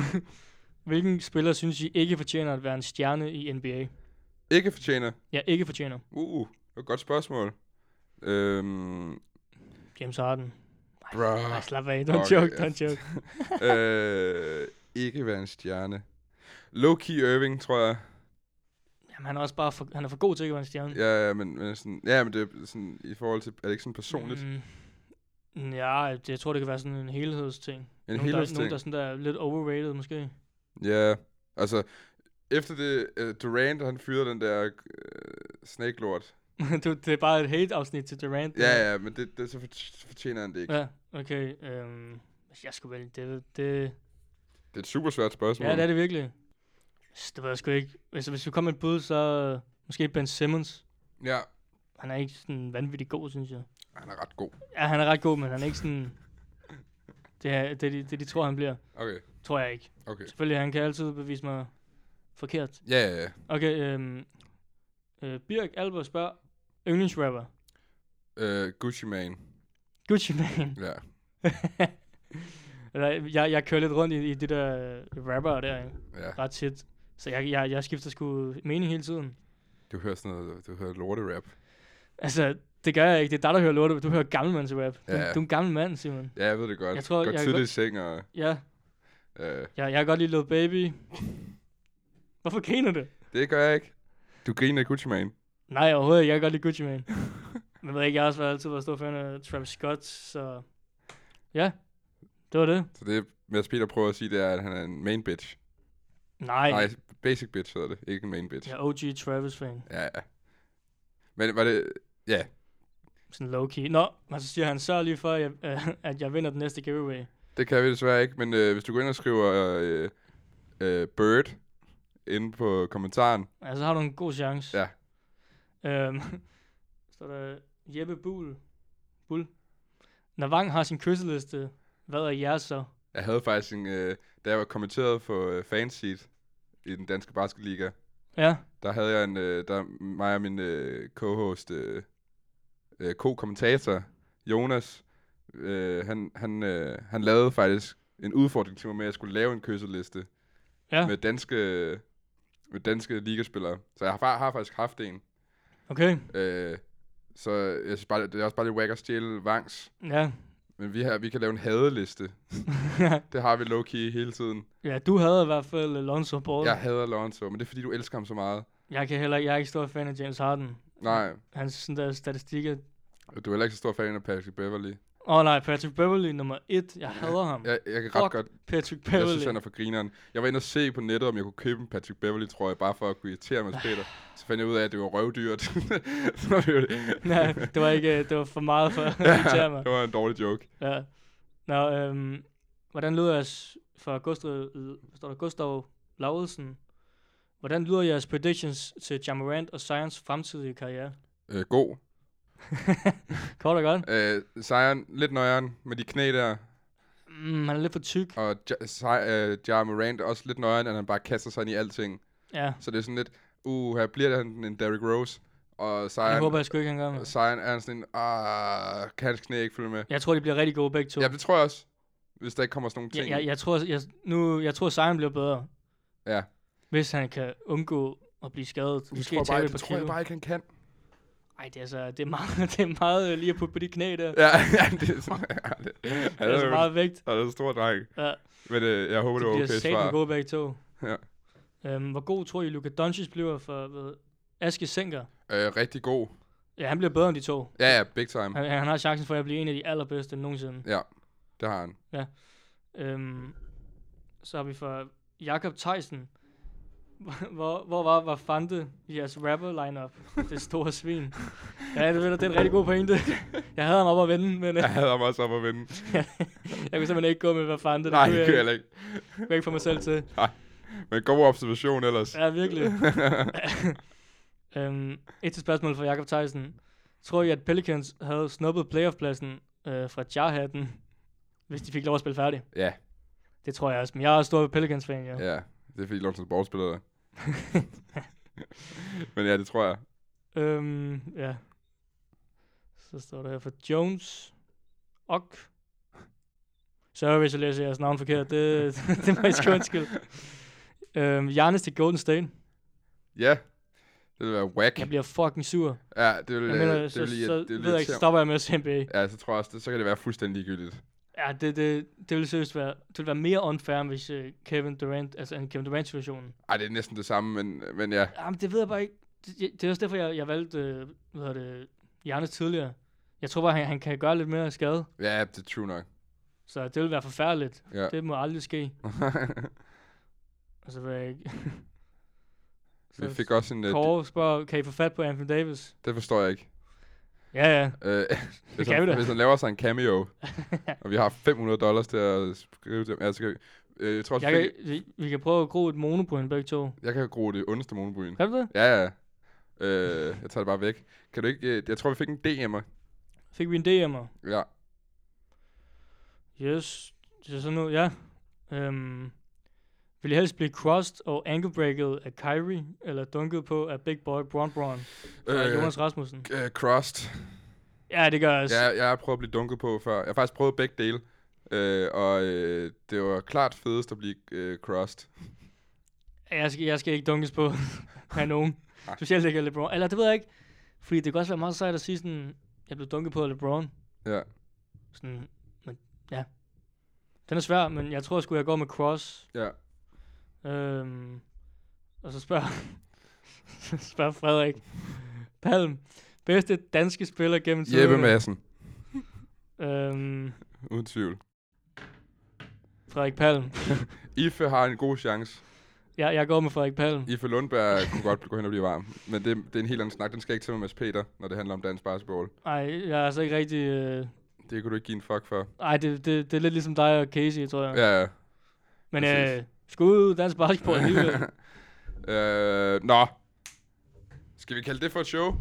[SPEAKER 2] hvilken spiller synes I ikke fortjener at være en stjerne i NBA?
[SPEAKER 3] Ikke fortjener.
[SPEAKER 2] Ja, ikke fortjener.
[SPEAKER 3] Uh, det var et godt spørgsmål. Øhm,
[SPEAKER 2] James Harden.
[SPEAKER 3] bro.
[SPEAKER 2] Nej, slap af. Don't
[SPEAKER 3] Okay,
[SPEAKER 2] joke,
[SPEAKER 3] Ah. ja.
[SPEAKER 2] don't joke.
[SPEAKER 3] øh, ikke være en stjerne. Low-key Irving, tror jeg.
[SPEAKER 2] Jamen, han er også bare for, han er for god til ikke at være en stjerne.
[SPEAKER 3] Ja, ja, men, men sådan, ja, men det er sådan, i forhold til, er det ikke sådan personligt? Mm.
[SPEAKER 2] Mm, ja, det- jeg tror, det kan være sådan en helhedsting.
[SPEAKER 3] En
[SPEAKER 2] nogen, der, nogen,
[SPEAKER 3] helhedsting.
[SPEAKER 2] der sådan der er lidt overrated, måske.
[SPEAKER 3] Ja, altså, efter det, uh, Durant, han fyrede den der uh, snake-lort.
[SPEAKER 2] du, det er bare et hate-afsnit til Durant. det her.
[SPEAKER 3] Ja, ja, men det, det så fort- så fortjener han det ikke. Ja.
[SPEAKER 2] Ja, okay. Øhm, hvis jeg skulle vælge det, det...
[SPEAKER 3] Det er et super svært spørgsmål.
[SPEAKER 2] Ja, det er det virkelig. S- Det ved jeg sgu ikke. Hvis, hvis vi kommer med et bud, så øh, måske Ben Simmons.
[SPEAKER 3] ja,
[SPEAKER 2] Han er ikke sådan vanvittig god, synes jeg.
[SPEAKER 3] han er ret god.
[SPEAKER 2] Ja, han er ret god, men han er ikke sådan... Det er det, de, det, de tror, han bliver.
[SPEAKER 3] Okay,
[SPEAKER 2] Tror jeg ikke.
[SPEAKER 3] okay.
[SPEAKER 2] Selvfølgelig, han kan altid bevise mig forkert.
[SPEAKER 3] Ja, ja, ja.
[SPEAKER 2] Okay, øhm, øh, Birk Albert spørger, yndlingsrapper,
[SPEAKER 3] Uh, Gucci Mane.
[SPEAKER 2] Gucci Mane.
[SPEAKER 3] Ja.
[SPEAKER 2] Eller, jeg, jeg kører lidt rundt i, i det der øh, rapper der, ikke?
[SPEAKER 3] ja.
[SPEAKER 2] ret tit. Så jeg, jeg, jeg skifter sgu mening hele tiden.
[SPEAKER 3] Du hører sådan noget, du hører lorterap.
[SPEAKER 2] Altså, det gør jeg ikke. Det er dig, der hører lortet. Du hører gammelmandsrap. Du,
[SPEAKER 3] Ja.
[SPEAKER 2] du er en gammel mand, Simon.
[SPEAKER 3] Ja, jeg ved det godt.
[SPEAKER 2] Jeg tror,
[SPEAKER 3] Går
[SPEAKER 2] jeg kan
[SPEAKER 3] tidligt
[SPEAKER 2] godt-
[SPEAKER 3] i seng og...
[SPEAKER 2] Ja,
[SPEAKER 3] Uh,
[SPEAKER 2] jeg, jeg kan godt lide Lil Baby. Hvorfor griner du?
[SPEAKER 3] det gør jeg ikke. Du griner af Gucci Mane.
[SPEAKER 2] Nej, overhovedet ikke. Jeg kan godt lide Gucci Mane. Men jeg ved ikke, jeg har også været altid været stor fan af Travis Scott, så... Ja, det var det.
[SPEAKER 3] Så det, Mads Peter prøver at sige, det er, at han er en main bitch.
[SPEAKER 2] Nej,
[SPEAKER 3] Nej, basic bitch hedder det. Ikke en main bitch.
[SPEAKER 2] jeg er OG Travis-fan.
[SPEAKER 3] Ja, ja. Men var det... Ja,
[SPEAKER 2] Sådan low-key. Nå, og så siger han, sørg lige for, at jeg, øh, at jeg vinder den næste giveaway.
[SPEAKER 3] Det kan vi desværre ikke, men øh, hvis du går ind og skriver øh, øh, Bird inde på kommentaren.
[SPEAKER 2] Ja, så har du en god chance.
[SPEAKER 3] Ja.
[SPEAKER 2] Øhm, står der Jeppe Bull. Bull. Navang har sin kysseliste. Hvad er jeres så?
[SPEAKER 3] Jeg havde faktisk en... Øh, da jeg var kommenteret for øh, Fanseat i den danske basketliga,
[SPEAKER 2] Ja,
[SPEAKER 3] der havde jeg en... Øh, der mig og min øh, co-host, øh, øh, co-kommentator, Jonas, øh, han, han, øh, han lavede faktisk en udfordring til mig med, at jeg skulle lave en kysseliste
[SPEAKER 2] ja,
[SPEAKER 3] med danske, med danske ligaspillere. Så jeg har, fa- har faktisk haft en.
[SPEAKER 2] okay.
[SPEAKER 3] Øh, så jeg synes bare, det er også bare lidt whack at stjæle vangs.
[SPEAKER 2] Ja,
[SPEAKER 3] Men vi, her, vi kan lave en hadeliste. det har vi low-key hele tiden.
[SPEAKER 2] ja du havde i hvert fald Lonzo Ball.
[SPEAKER 3] Jeg hader Lonzo, men det er fordi, du elsker ham så meget.
[SPEAKER 2] Jeg, kan heller, jeg er ikke stor fan af James Harden.
[SPEAKER 3] Nej,
[SPEAKER 2] Hans sådan der statistikker.
[SPEAKER 3] og du er heller ikke så stor fan af Patrick Beverly.
[SPEAKER 2] Åh oh, nej, Patrick Beverly nummer et. Jeg hader ham.
[SPEAKER 3] Jeg, jeg kan
[SPEAKER 2] Fuck
[SPEAKER 3] ret godt...
[SPEAKER 2] Patrick
[SPEAKER 3] Jeg
[SPEAKER 2] Beverly.
[SPEAKER 3] synes, han er for grineren. Jeg var inde og se på nettet, om jeg kunne købe en Patrick Beverly, tror jeg, bare for at kunne irritere Mads Peter. Så fandt jeg ud af, at det var røvdyrt. Så var det jo det.
[SPEAKER 2] Nej, det var ikke, øh, det var for meget for at irritere mig.
[SPEAKER 3] det var en dårlig joke.
[SPEAKER 2] Ja. Nå, øhm, hvordan lyder jeres, for Gustav, står der Gustav Laudelsen, hvordan lyder jeres predictions til Jamorant og Science fremtidige karriere?
[SPEAKER 3] Øh, god.
[SPEAKER 2] Kort og godt.
[SPEAKER 3] Øh, sejren, lidt nøjeren med de knæ der.
[SPEAKER 2] Mm, han er lidt for tyk.
[SPEAKER 3] Og ja, sej, øh, Ja Morant er også lidt nøjeren, at han bare kaster sig ind i alting.
[SPEAKER 2] Ja,
[SPEAKER 3] Så det er sådan lidt, uh, her bliver han en Derrick Rose. Og
[SPEAKER 2] jeg
[SPEAKER 3] sejren,
[SPEAKER 2] håber, jeg sgu ikke, han gør med.
[SPEAKER 3] sejren er sådan en, ah, kan hans knæ ikke følge med?
[SPEAKER 2] Jeg tror, de bliver rigtig gode begge to.
[SPEAKER 3] Ja, det tror jeg også. Hvis der ikke kommer sådan nogle
[SPEAKER 2] Jeg,
[SPEAKER 3] ting.
[SPEAKER 2] jeg, jeg tror, jeg, nu, jeg tror Sejren bliver bedre,
[SPEAKER 3] ja.
[SPEAKER 2] hvis han kan undgå at blive skadet.
[SPEAKER 3] Det,
[SPEAKER 2] Måske
[SPEAKER 3] tror jeg, bare,
[SPEAKER 2] tabe et
[SPEAKER 3] ikke-
[SPEAKER 2] par
[SPEAKER 3] det tror jeg
[SPEAKER 2] kilo.
[SPEAKER 3] bare ikke, han kan.
[SPEAKER 2] Ej, det er, altså, det er meget, det er meget øh, lige at putte på de knæ der.
[SPEAKER 3] Ja, ja det er sådan, ja, det, ja,
[SPEAKER 2] det er så meget vægt.
[SPEAKER 3] Ja, det er en stor dreng.
[SPEAKER 2] Ja.
[SPEAKER 3] Men øh, jeg håber, det,
[SPEAKER 2] Det bliver
[SPEAKER 3] var okay
[SPEAKER 2] okay, satan
[SPEAKER 3] svar.
[SPEAKER 2] gode begge to.
[SPEAKER 3] Ja.
[SPEAKER 2] Øhm, hvor god tror I, Luka Doncic bliver for hvad, Aske Senker?
[SPEAKER 3] Øh, rigtig god.
[SPEAKER 2] Ja, han bliver bedre end de to.
[SPEAKER 3] Ja, ja, big time.
[SPEAKER 2] Han, han har chancen for at blive en af de allerbedste nogensinde.
[SPEAKER 3] Ja, det har han.
[SPEAKER 2] Øhm, så har vi for Jakob Theisen. Hvor, hvor var, var Fante i jeres rapper lineup? Det store svin. Ja, det, ved du, det er en rigtig god pointe. Jeg havde ham op at vende, men øh,
[SPEAKER 3] Jeg havde ham også op at vinde.
[SPEAKER 2] jeg kunne simpelthen ikke gå med, hvad Fante.
[SPEAKER 3] Nej,
[SPEAKER 2] kunne
[SPEAKER 3] det
[SPEAKER 2] jeg,
[SPEAKER 3] kan jeg
[SPEAKER 2] ikke.
[SPEAKER 3] heller ikke.
[SPEAKER 2] kunne jeg ikke få mig selv til.
[SPEAKER 3] Men god observation ellers.
[SPEAKER 2] Ja, virkelig. øhm, et til spørgsmål fra Jakob Theisen. Tror I, at Pelicans havde snuppet playoff-pladsen øh, fra Jarhatten, hvis de fik lov at spille færdig?
[SPEAKER 3] Ja,
[SPEAKER 2] Det tror jeg også, men jeg er også stor Pelicans-fan, jo.
[SPEAKER 3] ja. Det er fordi Lonzo Ball spiller der. Men ja, det tror jeg.
[SPEAKER 2] Øhm, ja. Så står der her for Jones og... Så hvis jeg læser jeres navn forkert, det, det må jeg sgu undskylde. Øhm, Giannis til Golden State.
[SPEAKER 3] Ja, det vil være whack.
[SPEAKER 2] Jeg bliver fucking sur.
[SPEAKER 3] Ja, det vil,
[SPEAKER 2] Jeg
[SPEAKER 3] øh,
[SPEAKER 2] mener,
[SPEAKER 3] det
[SPEAKER 2] så,
[SPEAKER 3] vil,
[SPEAKER 2] så,
[SPEAKER 3] det vil
[SPEAKER 2] ved jeg ikke,
[SPEAKER 3] irritere-
[SPEAKER 2] stopper jeg med at se NBA.
[SPEAKER 3] Ja, så tror jeg også, det, så kan det være fuldstændig ligegyldigt.
[SPEAKER 2] Ja, det, det, det ville seriøst være, det ville være mere unfair, hvis uh, Kevin Durant, altså en Kevin Durant-situation.
[SPEAKER 3] Ej, det er næsten det samme, men, men ja.
[SPEAKER 2] Jamen, det ved jeg bare ikke. Det, det er også derfor, jeg, jeg valgte, øh, hvad hedder det, Giannis tidligere. Jeg tror bare, han, han kan gøre lidt mere skade,
[SPEAKER 3] Ja, det er true nok.
[SPEAKER 2] så det ville være forfærdeligt.
[SPEAKER 3] Ja.
[SPEAKER 2] Det må aldrig ske. Og så vil jeg ikke...
[SPEAKER 3] Vi fik også en... øh,
[SPEAKER 2] Kåre spørger, kan I få fat på Anthony Davis?
[SPEAKER 3] Det forstår jeg ikke.
[SPEAKER 2] Ja, ja.
[SPEAKER 3] Øh, hvis,
[SPEAKER 2] kan vi
[SPEAKER 3] han,
[SPEAKER 2] da.
[SPEAKER 3] hvis han laver sig en cameo, og vi har 500 dollars til at skrive til ham, ja, så kan vi... Øh, jeg tror også,
[SPEAKER 2] Jeg
[SPEAKER 3] jeg,
[SPEAKER 2] kan, vi, vi kan prøve at gro et mono på hende begge to.
[SPEAKER 3] jeg kan bruge det ondeste monobryne.
[SPEAKER 2] Kan du det?
[SPEAKER 3] Ja, ja. Øh, jeg tager det bare væk. Kan du ikke... Øh, jeg tror, vi fik en DM'er.
[SPEAKER 2] Fik vi en DM'er?
[SPEAKER 3] Ja.
[SPEAKER 2] Yes, det ser sådan ud, ja. Øhm, vil I helst blive crossed og anklebreaket af Kyrie, eller dunket på af Big Boy Bron Bron fra øh, Jonas Rasmussen?
[SPEAKER 3] øh, crossed.
[SPEAKER 2] Ja, det gør jeg også.
[SPEAKER 3] Ja, jeg har prøvet at blive dunket på før. Jeg har faktisk prøvet begge dele. Øh, og øh, det var klart fedest at blive øh, crossed.
[SPEAKER 2] Jeg, skal, jeg skal ikke dunkes på af nogen. Specielt ikke af LeBron. Eller det ved jeg ikke, fordi det kan også være meget sejt at sige sådan, jeg blev dunket på af LeBron.
[SPEAKER 3] Ja.
[SPEAKER 2] Sådan, men ja. Den er svær, men jeg tror sgu, jeg går med cross.
[SPEAKER 3] Ja.
[SPEAKER 2] Øhm, og så spørger, så spørger Frederik Palm, bedste danske spiller gennem
[SPEAKER 3] Jeppe Madsen.
[SPEAKER 2] Øhm,
[SPEAKER 3] Uden tvivl.
[SPEAKER 2] Frederik Palm.
[SPEAKER 3] Ife har en god chance.
[SPEAKER 2] Jeg, jeg går med Frederik Palm.
[SPEAKER 3] Ife Lundberg kunne godt gå hen og blive varm, men det, det er en helt anden snak. Den skal ikke til med Mads Peter, når det handler om dansk basketball.
[SPEAKER 2] Nej, jeg er altså ikke rigtig... Øh...
[SPEAKER 3] Det kunne du ikke give en fuck for.
[SPEAKER 2] Ej, det, det, det er lidt ligesom dig og Casey, tror jeg.
[SPEAKER 3] Ja, ja.
[SPEAKER 2] Men
[SPEAKER 3] præcis.
[SPEAKER 2] øh, skud, dansk basketball alligevel.
[SPEAKER 3] Øh, nå. Skal vi kalde det for et show?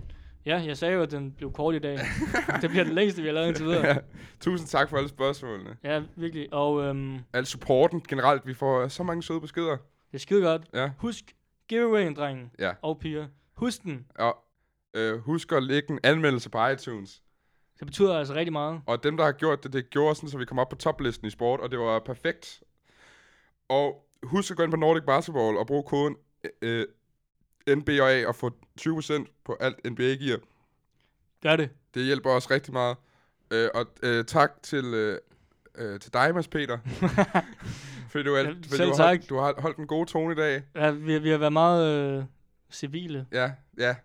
[SPEAKER 2] ja, jeg sagde jo, at den blev kort i dag. det bliver den længste, vi har lavet indtil videre.
[SPEAKER 3] Tusind tak for alle spørgsmålene.
[SPEAKER 2] Ja, virkelig. Og øhm,
[SPEAKER 3] Al supporten generelt. Vi får øh, så mange søde beskeder.
[SPEAKER 2] det er skide godt.
[SPEAKER 3] Ja.
[SPEAKER 2] Husk giveawayen, drengen.
[SPEAKER 3] Ja.
[SPEAKER 2] Og piger. Husk den.
[SPEAKER 3] Og øh, husk at lægge en anmeldelse på iTunes.
[SPEAKER 2] Det betyder altså rigtig meget.
[SPEAKER 3] Og dem, der har gjort det, det gjorde sådan, så vi kom op på toplisten i sport, og det var perfekt. Og husk at gå ind på Nordic Basketball og bruge koden øh, NBA og få 20% på alt NBA gear.
[SPEAKER 2] Gør det.
[SPEAKER 3] Det hjælper os rigtig meget. Øh, og øh, tak til, øh, øh, til dig, Mads Peter. fordi du, er,
[SPEAKER 2] Ja,
[SPEAKER 3] fordi
[SPEAKER 2] selv
[SPEAKER 3] du, har holdt,
[SPEAKER 2] tak.
[SPEAKER 3] du har holdt en god tone i dag.
[SPEAKER 2] Ja, vi, vi har været meget øh, civile.
[SPEAKER 3] Ja, ja. øh,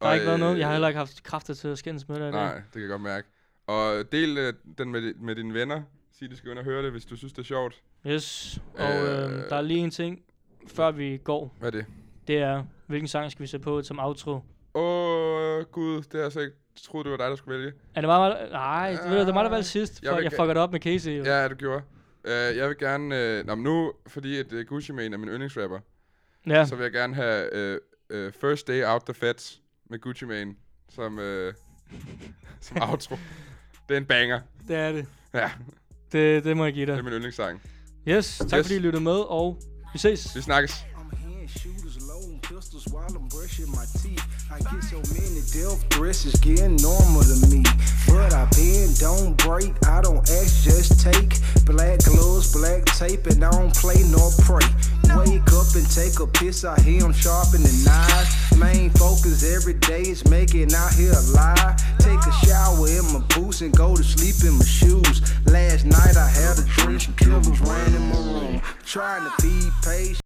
[SPEAKER 2] Der har ikke været noget. Jeg har heller ikke haft kræfter til at skændes med dig i dag.
[SPEAKER 3] Nej, det kan jeg godt mærke. Og del øh, den med, di- med dine venner. Sig, de skal ind og høre det, hvis du synes, det er sjovt.
[SPEAKER 2] Yes, og øh,
[SPEAKER 3] Øh.
[SPEAKER 2] der er lige en ting, før vi går.
[SPEAKER 3] Hvad er det?
[SPEAKER 2] Det er, hvilken sang skal vi sætte på som outro?
[SPEAKER 3] Åh, oh, gud, det har jeg så ikke troet, det var dig, der skulle vælge.
[SPEAKER 2] Er det meget, meget Nej, det, ved, du, det er meget, der valgte sidst.
[SPEAKER 3] Øh, Jeg
[SPEAKER 2] Jeg,
[SPEAKER 3] vil
[SPEAKER 2] jeg
[SPEAKER 3] ge-
[SPEAKER 2] fucker det op med Casey. Jo. Ja.
[SPEAKER 3] Ja, du gjorde. Uh, jeg vil gerne... Uh, nå, men nu, fordi at, uh, Gucci Mane er min yndlingsrapper,
[SPEAKER 2] ja.
[SPEAKER 3] så vil jeg gerne have uh, uh, First Day Out The Feds med Gucci Mane som, uh, som outro. Det er en banger.
[SPEAKER 2] Det er det.
[SPEAKER 3] Ja,
[SPEAKER 2] det. Det må jeg give
[SPEAKER 3] det er
[SPEAKER 2] dig.
[SPEAKER 3] min yndlingssang.
[SPEAKER 2] Yes, tak
[SPEAKER 3] Yes.
[SPEAKER 2] yes. fordi I lyttede med, og vi ses.
[SPEAKER 3] Vi snakkes.
[SPEAKER 7] I'm hearing shooters loading pistols while I'm brushing my teeth. I get so many death threats, it's getting normal to me. But I bend, don't break, I don't ask, just take. Black gloves, black tape, and I don't play nor pray. Wake up and take a piss, I hear them sharpening knives. Main focus every day is making out here a lie. Take a shower in my boots and go to sleep in my shoes. Last night I had a dream, some killers ran in my room. Trying to be patient.